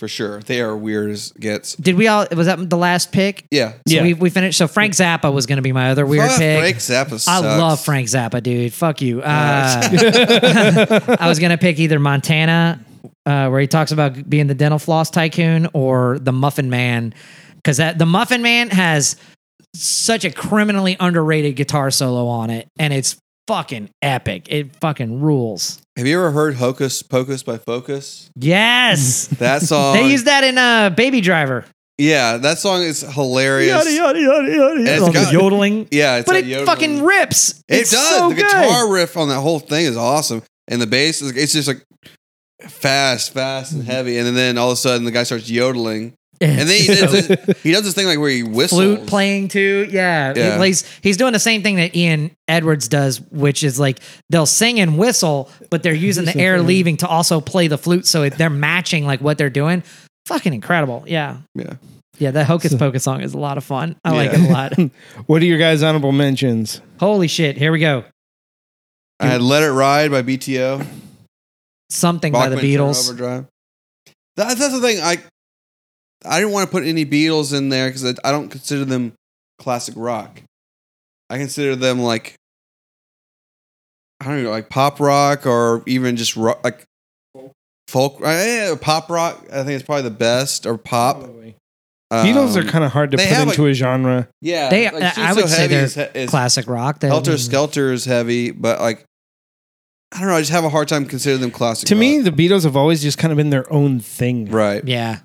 Speaker 3: for sure. They are weird as gets.
Speaker 2: Did we all? Was that the last pick?
Speaker 3: Yeah,
Speaker 2: So
Speaker 1: Yeah.
Speaker 2: we we finished. So Frank Zappa was going to be my other weird
Speaker 3: Fuck,
Speaker 2: pick.
Speaker 3: Frank Zappa. Sucks.
Speaker 2: I love Frank Zappa, dude. Fuck you.
Speaker 3: (laughs)
Speaker 2: Uh,
Speaker 1: yeah.
Speaker 2: I was gonna pick either Montana, uh, where he talks about being the dental floss tycoon, or the Muffin Man, because that the Muffin Man has such a criminally underrated guitar solo on it, and it's fucking epic. It fucking rules.
Speaker 3: Have you ever heard Hocus Pocus by Focus?
Speaker 2: (laughs) Yes,
Speaker 3: That (laughs) song.
Speaker 2: they use that in uh, Baby Driver.
Speaker 3: yeah, that song is hilarious.
Speaker 2: yada yada yada.
Speaker 3: it's
Speaker 2: All the
Speaker 3: got-
Speaker 2: yodeling,
Speaker 3: Yeah, it's
Speaker 2: but
Speaker 3: a
Speaker 2: it
Speaker 3: yodeling.
Speaker 2: fucking rips.
Speaker 3: It
Speaker 2: it's
Speaker 3: does.
Speaker 2: So
Speaker 3: the
Speaker 2: good.
Speaker 3: guitar riff on that whole thing is awesome, and the bass is it's just like fast, fast
Speaker 2: Mm-hmm.
Speaker 3: and heavy, and then all of a sudden the guy starts yodeling, and then he
Speaker 2: It's so
Speaker 3: does, this, he does this thing like where he whistles,
Speaker 2: flute playing too. Yeah,
Speaker 3: Yeah.
Speaker 2: He plays, he's doing the same thing that Ian Edwards does, which is like they'll sing and whistle, but they're using the
Speaker 3: (laughs)
Speaker 2: air leaving to also play the flute, so it, they're matching like what they're doing. Fucking incredible. Yeah,
Speaker 3: Yeah,
Speaker 2: yeah. That Hocus Pocus song is a lot of fun. I like it
Speaker 3: Yeah.
Speaker 2: a lot.
Speaker 3: (laughs)
Speaker 1: (laughs) what are your guys' honorable mentions?
Speaker 2: Holy shit! Here we go.
Speaker 3: I had "Let It Ride" by BTO,
Speaker 2: Something by
Speaker 3: Bachman
Speaker 2: the Beatles.
Speaker 3: Overdrive. That's, that's the thing. I I didn't want to put any Beatles in there because I, I don't consider them classic rock. I consider them like I don't know, like pop rock or even just rock, like folk, uh, yeah, pop rock. I think it's probably the best or pop.
Speaker 1: Beatles are
Speaker 3: Uh, Um,
Speaker 1: kind of hard to
Speaker 3: they
Speaker 1: put
Speaker 3: have,
Speaker 1: into a genre.
Speaker 3: yeah.
Speaker 2: They-
Speaker 3: like,
Speaker 2: I-
Speaker 3: She's
Speaker 2: I would say they're
Speaker 3: is, he- is
Speaker 2: Classic rock. That,
Speaker 3: Helter Skelter is heavy, but like I don't know. I just have a hard time considering them classic.
Speaker 1: To me,
Speaker 3: rock.
Speaker 1: the Beatles have always just kind of been their own thing.
Speaker 3: right?
Speaker 2: Yeah,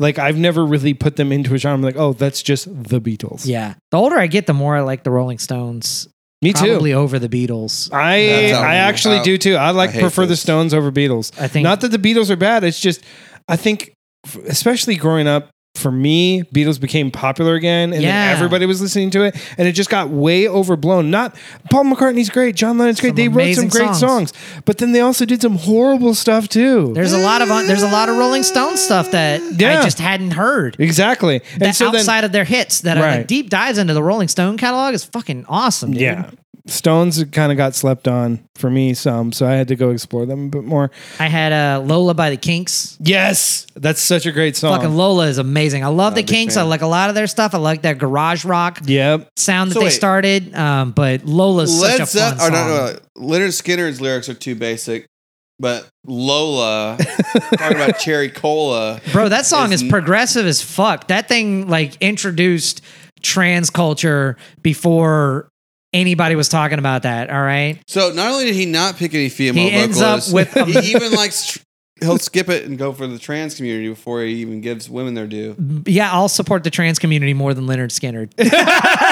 Speaker 1: Like I've never really put them into a genre. I'm like, oh, that's just the Beatles.
Speaker 2: yeah. The older I get, the more I like the Rolling Stones.
Speaker 1: me too.
Speaker 2: Probably over the Beatles.
Speaker 1: I
Speaker 3: That's how
Speaker 1: I
Speaker 3: we-
Speaker 1: actually
Speaker 3: I-
Speaker 1: do too. I like
Speaker 3: I hate
Speaker 1: prefer the
Speaker 3: this.
Speaker 1: Stones over Beatles.
Speaker 2: I think
Speaker 1: Not that the Beatles are bad. It's just I think, f- especially growing up. For me, Beatles became popular again, and
Speaker 2: Yeah.
Speaker 1: then everybody was listening to it, and it just got way overblown. Not Paul McCartney's great, John Lennon's great.
Speaker 2: Some
Speaker 1: they wrote some
Speaker 2: amazing
Speaker 1: great
Speaker 2: songs.
Speaker 1: songs. but then they also did some horrible stuff too.
Speaker 2: There's a lot of uh, there's a lot of Rolling Stone stuff that I
Speaker 1: Yeah.
Speaker 2: just hadn't heard.
Speaker 1: exactly,
Speaker 2: The
Speaker 1: and so then
Speaker 2: outside of their hits, that are the
Speaker 1: Right.
Speaker 2: deep dives into the Rolling Stone catalog is fucking awesome. Dude.
Speaker 1: yeah, Stones kind of got slept on for me some, so I had to go explore them a bit more.
Speaker 2: I had uh, Lola by the Kinks.
Speaker 1: Yes, that's such a great song.
Speaker 2: Fucking Lola is amazing. I love the
Speaker 3: big
Speaker 2: Kinks.
Speaker 3: fan.
Speaker 2: I like a lot of their stuff. I like that garage rock (laughs)
Speaker 1: yep.
Speaker 2: sound that
Speaker 3: So
Speaker 2: they
Speaker 3: wait.
Speaker 2: started. Um, but Lola's such a
Speaker 3: Led
Speaker 2: fun
Speaker 3: Zeppelin.
Speaker 2: song.
Speaker 3: Leonard Skinner's lyrics are too basic, but
Speaker 2: (laughs)
Speaker 3: Lola talking about cherry cola.
Speaker 2: Bro, that song is
Speaker 3: Isn't-
Speaker 2: progressive as fuck. That thing like introduced trans culture before anybody was talking about that. All right.
Speaker 3: So not only did he not pick any female
Speaker 2: He ends up
Speaker 3: vocalists,
Speaker 2: with a-
Speaker 3: he even likes tr- he'll skip it and go for the trans community before he even gives women their due.
Speaker 2: Yeah, I'll support the trans community more than Leonard Skinner.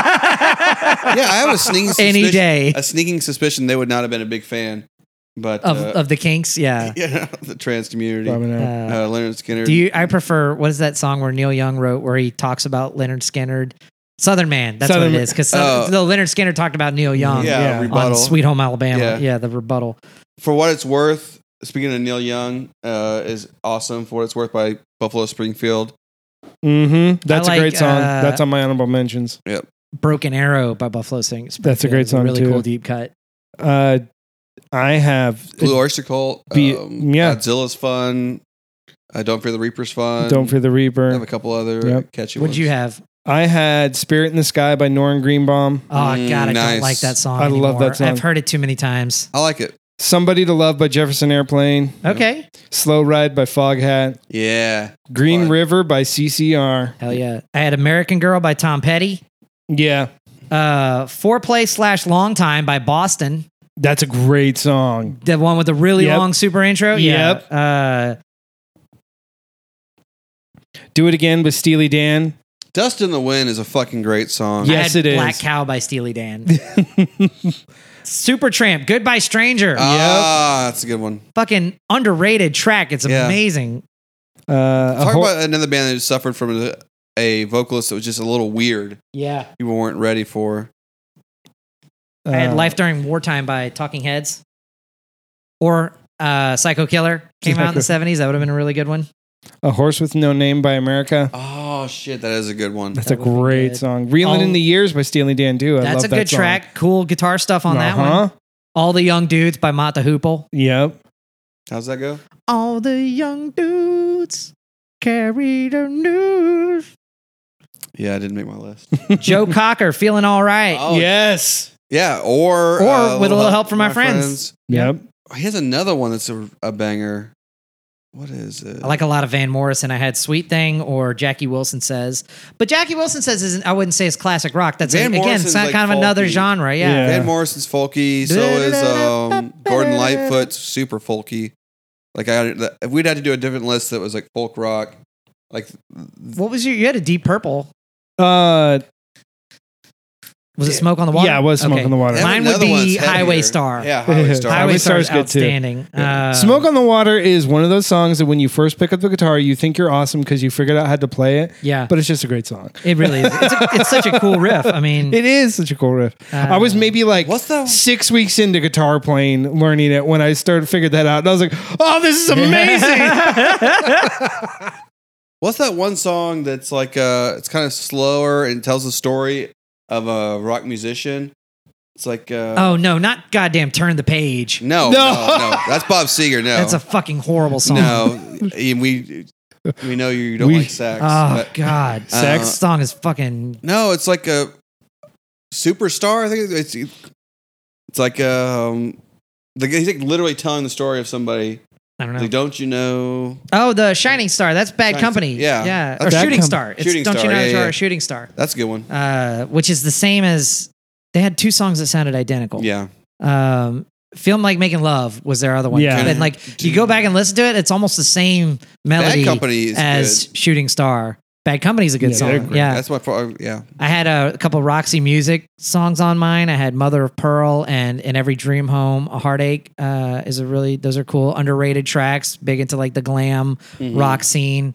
Speaker 3: Yeah, I have a sneaking
Speaker 2: (laughs) Any
Speaker 3: suspicion-
Speaker 2: day.
Speaker 3: a sneaking suspicion they would not have been a big fan, but (laughs)
Speaker 2: of
Speaker 3: uh,
Speaker 2: of the Kinks. Yeah.
Speaker 3: yeah, the trans community.
Speaker 1: Probably not.
Speaker 2: Uh,
Speaker 3: Uh, Leonard Skinner.
Speaker 2: do you? I prefer. What is that song where Neil Young wrote where he talks about Leonard Skinner? Southern Man. That's
Speaker 1: Southern
Speaker 2: what it
Speaker 1: Man.
Speaker 2: is. Because
Speaker 3: Oh.
Speaker 2: the Leonard Skinner talked about Neil Young
Speaker 3: yeah,
Speaker 1: yeah.
Speaker 2: uh, on
Speaker 3: rebuttal.
Speaker 2: Sweet Home Alabama. Yeah.
Speaker 3: Yeah.
Speaker 2: the rebuttal.
Speaker 3: for what it's worth, speaking of Neil Young, uh, is awesome. For what it's worth, by Buffalo Springfield.
Speaker 1: Mm-hmm. That's
Speaker 2: like,
Speaker 1: a great song.
Speaker 2: uh,
Speaker 1: That's on my honorable mentions.
Speaker 2: Broken Arrow by Buffalo Sings.
Speaker 1: That's a great song,
Speaker 2: Really
Speaker 1: too.
Speaker 2: cool deep cut.
Speaker 1: Uh, I have uh,
Speaker 3: Blue Oyster Cult,
Speaker 1: Be-
Speaker 3: um,
Speaker 1: yeah.
Speaker 3: Godzilla's fun. Uh, Don't Fear the Reaper's fun.
Speaker 1: Don't Fear the
Speaker 3: I have a
Speaker 1: Reaper.
Speaker 3: couple other
Speaker 1: Yep.
Speaker 3: catchy
Speaker 2: What'd
Speaker 3: ones.
Speaker 2: you have?
Speaker 1: I had Spirit in the Sky by Norman Greenbaum.
Speaker 2: Oh God,
Speaker 3: Mm,
Speaker 2: I don't
Speaker 3: nice.
Speaker 2: like that song.
Speaker 1: I love that
Speaker 2: anymore.
Speaker 1: song.
Speaker 2: I've heard it too many times.
Speaker 3: I like it.
Speaker 1: Somebody to Love by Jefferson Airplane.
Speaker 2: Okay,
Speaker 1: Slow Ride by Foghat.
Speaker 3: Yeah.
Speaker 1: Green
Speaker 3: Fun.
Speaker 1: River by CCR.
Speaker 2: hell yeah. I had American Girl by Tom Petty.
Speaker 1: Yeah,
Speaker 2: Uh, Foreplay slash Long Time by Boston.
Speaker 1: that's a great song.
Speaker 2: The one with the really
Speaker 1: Yep.
Speaker 2: long super intro.
Speaker 1: Yep.
Speaker 2: Yeah. Uh,
Speaker 1: Do It Again with Steely Dan. (laughs)
Speaker 3: Dust in the Wind is a fucking great song.
Speaker 1: Yeah.
Speaker 2: I
Speaker 1: Yes,
Speaker 2: had
Speaker 1: it
Speaker 2: Black
Speaker 1: is.
Speaker 2: Cow by Steely Dan.
Speaker 1: Uh, (laughs)
Speaker 2: Super Tramp. Goodbye Stranger. Uh,
Speaker 3: Ah, that's a good one.
Speaker 2: Fucking underrated track. It's
Speaker 3: Yeah.
Speaker 2: amazing.
Speaker 1: Uh, a
Speaker 3: Talk
Speaker 1: whole-
Speaker 3: about another band that suffered from a, a vocalist that was just a little weird.
Speaker 2: Yeah.
Speaker 3: People weren't ready for.
Speaker 2: I had
Speaker 1: uh,
Speaker 2: Life During Wartime by Talking Heads. Or uh, Psycho Killer came out
Speaker 1: (laughs)
Speaker 2: in the 70s. That would have been a really good one.
Speaker 1: A Horse with No Name by America.
Speaker 3: Oh shit, that is a good one.
Speaker 1: That's
Speaker 2: That
Speaker 1: a
Speaker 2: would be
Speaker 1: great
Speaker 2: good.
Speaker 1: song. Reeling in
Speaker 2: Um,
Speaker 1: the Years by Steely Dan too. I
Speaker 2: That's
Speaker 1: love
Speaker 2: a
Speaker 1: that
Speaker 2: good
Speaker 1: song.
Speaker 2: track. Cool guitar stuff on that
Speaker 1: Uh-huh.
Speaker 2: one. All the Young Dudes by Mata Hoople.
Speaker 1: Yep.
Speaker 3: How's that go?
Speaker 2: All the young dudes carry the news.
Speaker 3: Yeah, I didn't make my list.
Speaker 2: Joe Cocker, feeling all right.
Speaker 3: Oh,
Speaker 1: yes.
Speaker 3: Yeah, or uh,
Speaker 2: Or With a Little Help From My Friends.
Speaker 1: Yep.
Speaker 3: Here's another one that's a, a banger. What is it?
Speaker 2: I like a lot of Van Morrison. I had Sweet Thing or Jackie Wilson Says. But Jackie Wilson Says isn't, I wouldn't say it's classic rock. That's,
Speaker 3: Van
Speaker 2: again,
Speaker 3: Morrison's
Speaker 2: it's not
Speaker 3: like
Speaker 2: kind of another
Speaker 3: folky.
Speaker 2: genre. Yeah.
Speaker 1: Yeah.
Speaker 3: Van Morrison's folky. So is um, Gordon Lightfoot's super folky. Like I, if we'd had to do a different list that was like folk rock, like
Speaker 2: What was your, you had a Deep Purple.
Speaker 1: Uh,
Speaker 2: Was it Smoke on the Water?
Speaker 1: Yeah, it was Smoke
Speaker 2: Okay.
Speaker 1: on the Water.
Speaker 3: Have
Speaker 2: Mine would
Speaker 3: another
Speaker 2: be
Speaker 3: one's
Speaker 2: Highway
Speaker 3: heavier.
Speaker 2: Star. (laughs)
Speaker 3: Yeah, Highway Star.
Speaker 2: Highway,
Speaker 1: Highway
Speaker 2: Star's,
Speaker 1: Star's good too.
Speaker 2: outstanding. Um,
Speaker 1: Smoke on the Water is one of those songs that when you first pick up the guitar, you think you're awesome because you figured out how to play it,
Speaker 2: Yeah,
Speaker 1: but it's just a great song.
Speaker 2: it really is. It's, a, it's such a cool riff. I
Speaker 1: (laughs)
Speaker 2: mean,
Speaker 1: It is such a cool riff. I was maybe like
Speaker 3: What's the-
Speaker 1: six weeks into guitar playing, learning it when I started figured that out, and I was like, "Oh, this is
Speaker 3: (laughs)
Speaker 1: amazing!"
Speaker 3: What's that one song that's like uh it's kind of slower and tells the story of a rock musician? It's like uh
Speaker 2: oh no, not goddamn turn the page.
Speaker 3: no, no,
Speaker 1: No.
Speaker 3: no, That's Bob
Speaker 2: (laughs)
Speaker 3: Seger, no.
Speaker 2: That's a fucking horrible song.
Speaker 3: no.
Speaker 2: (laughs)
Speaker 3: And we we know you don't
Speaker 1: We-
Speaker 3: like sax.
Speaker 2: Oh
Speaker 3: but-
Speaker 2: god,
Speaker 3: Uh,
Speaker 2: that song is fucking.
Speaker 3: No, it's like a superstar. I think it's it's like um the he's like literally telling the story of somebody.
Speaker 2: I don't know.
Speaker 3: Like, don't you know?
Speaker 2: Oh, the Shining Star. That's Bad
Speaker 3: Shining
Speaker 2: Company.
Speaker 3: Star, yeah.
Speaker 2: yeah, or
Speaker 3: That's
Speaker 1: Bad
Speaker 2: Shooting
Speaker 1: Com-
Speaker 2: Star. It's,
Speaker 3: Shooting
Speaker 2: don't you
Speaker 3: Star,
Speaker 2: know
Speaker 3: yeah,
Speaker 2: it's
Speaker 3: yeah.
Speaker 2: a Shooting Star?
Speaker 3: That's a good one.
Speaker 2: Uh, which is the same as they had two songs that sounded identical.
Speaker 3: Yeah.
Speaker 2: um film like making love was their other one
Speaker 1: Yeah.
Speaker 2: and like you go back and listen to it it's almost the same melody
Speaker 3: Bad Company is
Speaker 2: as
Speaker 3: good.
Speaker 2: shooting star bad company's a good
Speaker 1: Yeah, they're
Speaker 2: song
Speaker 1: great.
Speaker 2: yeah
Speaker 3: That's my pro- yeah.
Speaker 2: i had a, couple roxy music songs on mine i had mother of pearl and in every dream home a heartache uh is a really those are cool underrated tracks big into like the glam
Speaker 3: Mhm.
Speaker 2: rock scene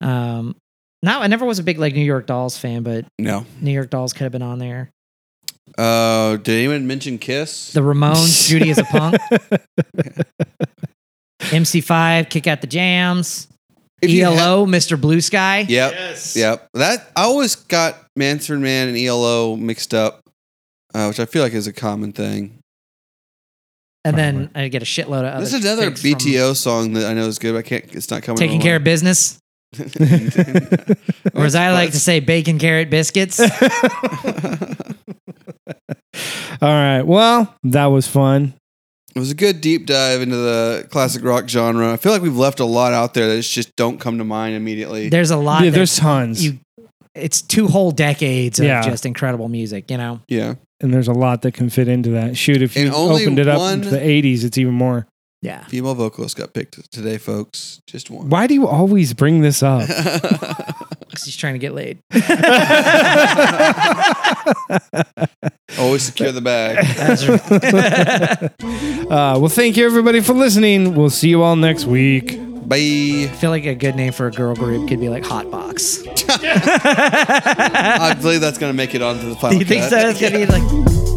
Speaker 2: um not i never was a big like new york dolls fan but
Speaker 3: No.
Speaker 2: new york dolls could have been on there
Speaker 3: Uh did anyone mention Kiss?
Speaker 2: the
Speaker 3: (laughs)
Speaker 2: ramones judy is a punk MC5, Kick Out the Jams, E
Speaker 3: If you ha-
Speaker 2: ELO, Mr. Blue Sky.
Speaker 3: Yep.
Speaker 1: yes. (laughs)
Speaker 3: Yep. That I always got Manfred Man and ELO mixed up, uh, which I feel like is a common thing.
Speaker 2: And then I get a shitload of other
Speaker 3: There's another
Speaker 2: things from
Speaker 3: BTO song that I know is good. But I can't. It's not coming.
Speaker 2: Taking care of business. (laughs) Or as I
Speaker 3: (laughs)
Speaker 2: like to say, bacon carrot
Speaker 1: (laughs)
Speaker 2: biscuits.
Speaker 1: All right. Well, that was fun.
Speaker 3: It was a good deep dive into the classic rock genre. I feel like we've left a lot out there that just don't come to mind immediately.
Speaker 2: There's a lot.
Speaker 1: Yeah,
Speaker 2: that
Speaker 1: there's tons,
Speaker 2: you- it's two whole decades of
Speaker 1: Yeah.
Speaker 2: just incredible music, you know?
Speaker 3: yeah.
Speaker 1: and there's a lot that can fit into that. Shoot, if you
Speaker 3: And only
Speaker 1: opened it up
Speaker 3: one-
Speaker 1: to the '80s, it's even more.
Speaker 2: Yeah.
Speaker 3: Female vocalist got picked today, folks. Just one.
Speaker 1: Why do you always bring this up?
Speaker 2: Because he's trying to get laid.
Speaker 3: Always secure the bag.
Speaker 2: (laughs)
Speaker 1: Uh, well, thank you everybody for listening. We'll see you all next week.
Speaker 3: Bye.
Speaker 2: I feel like a good name for a girl group could be like Hot Box.
Speaker 3: I believe that's going to make it onto the
Speaker 2: (laughs)
Speaker 3: final.
Speaker 2: You think
Speaker 3: cut.
Speaker 2: so? It's going to be like.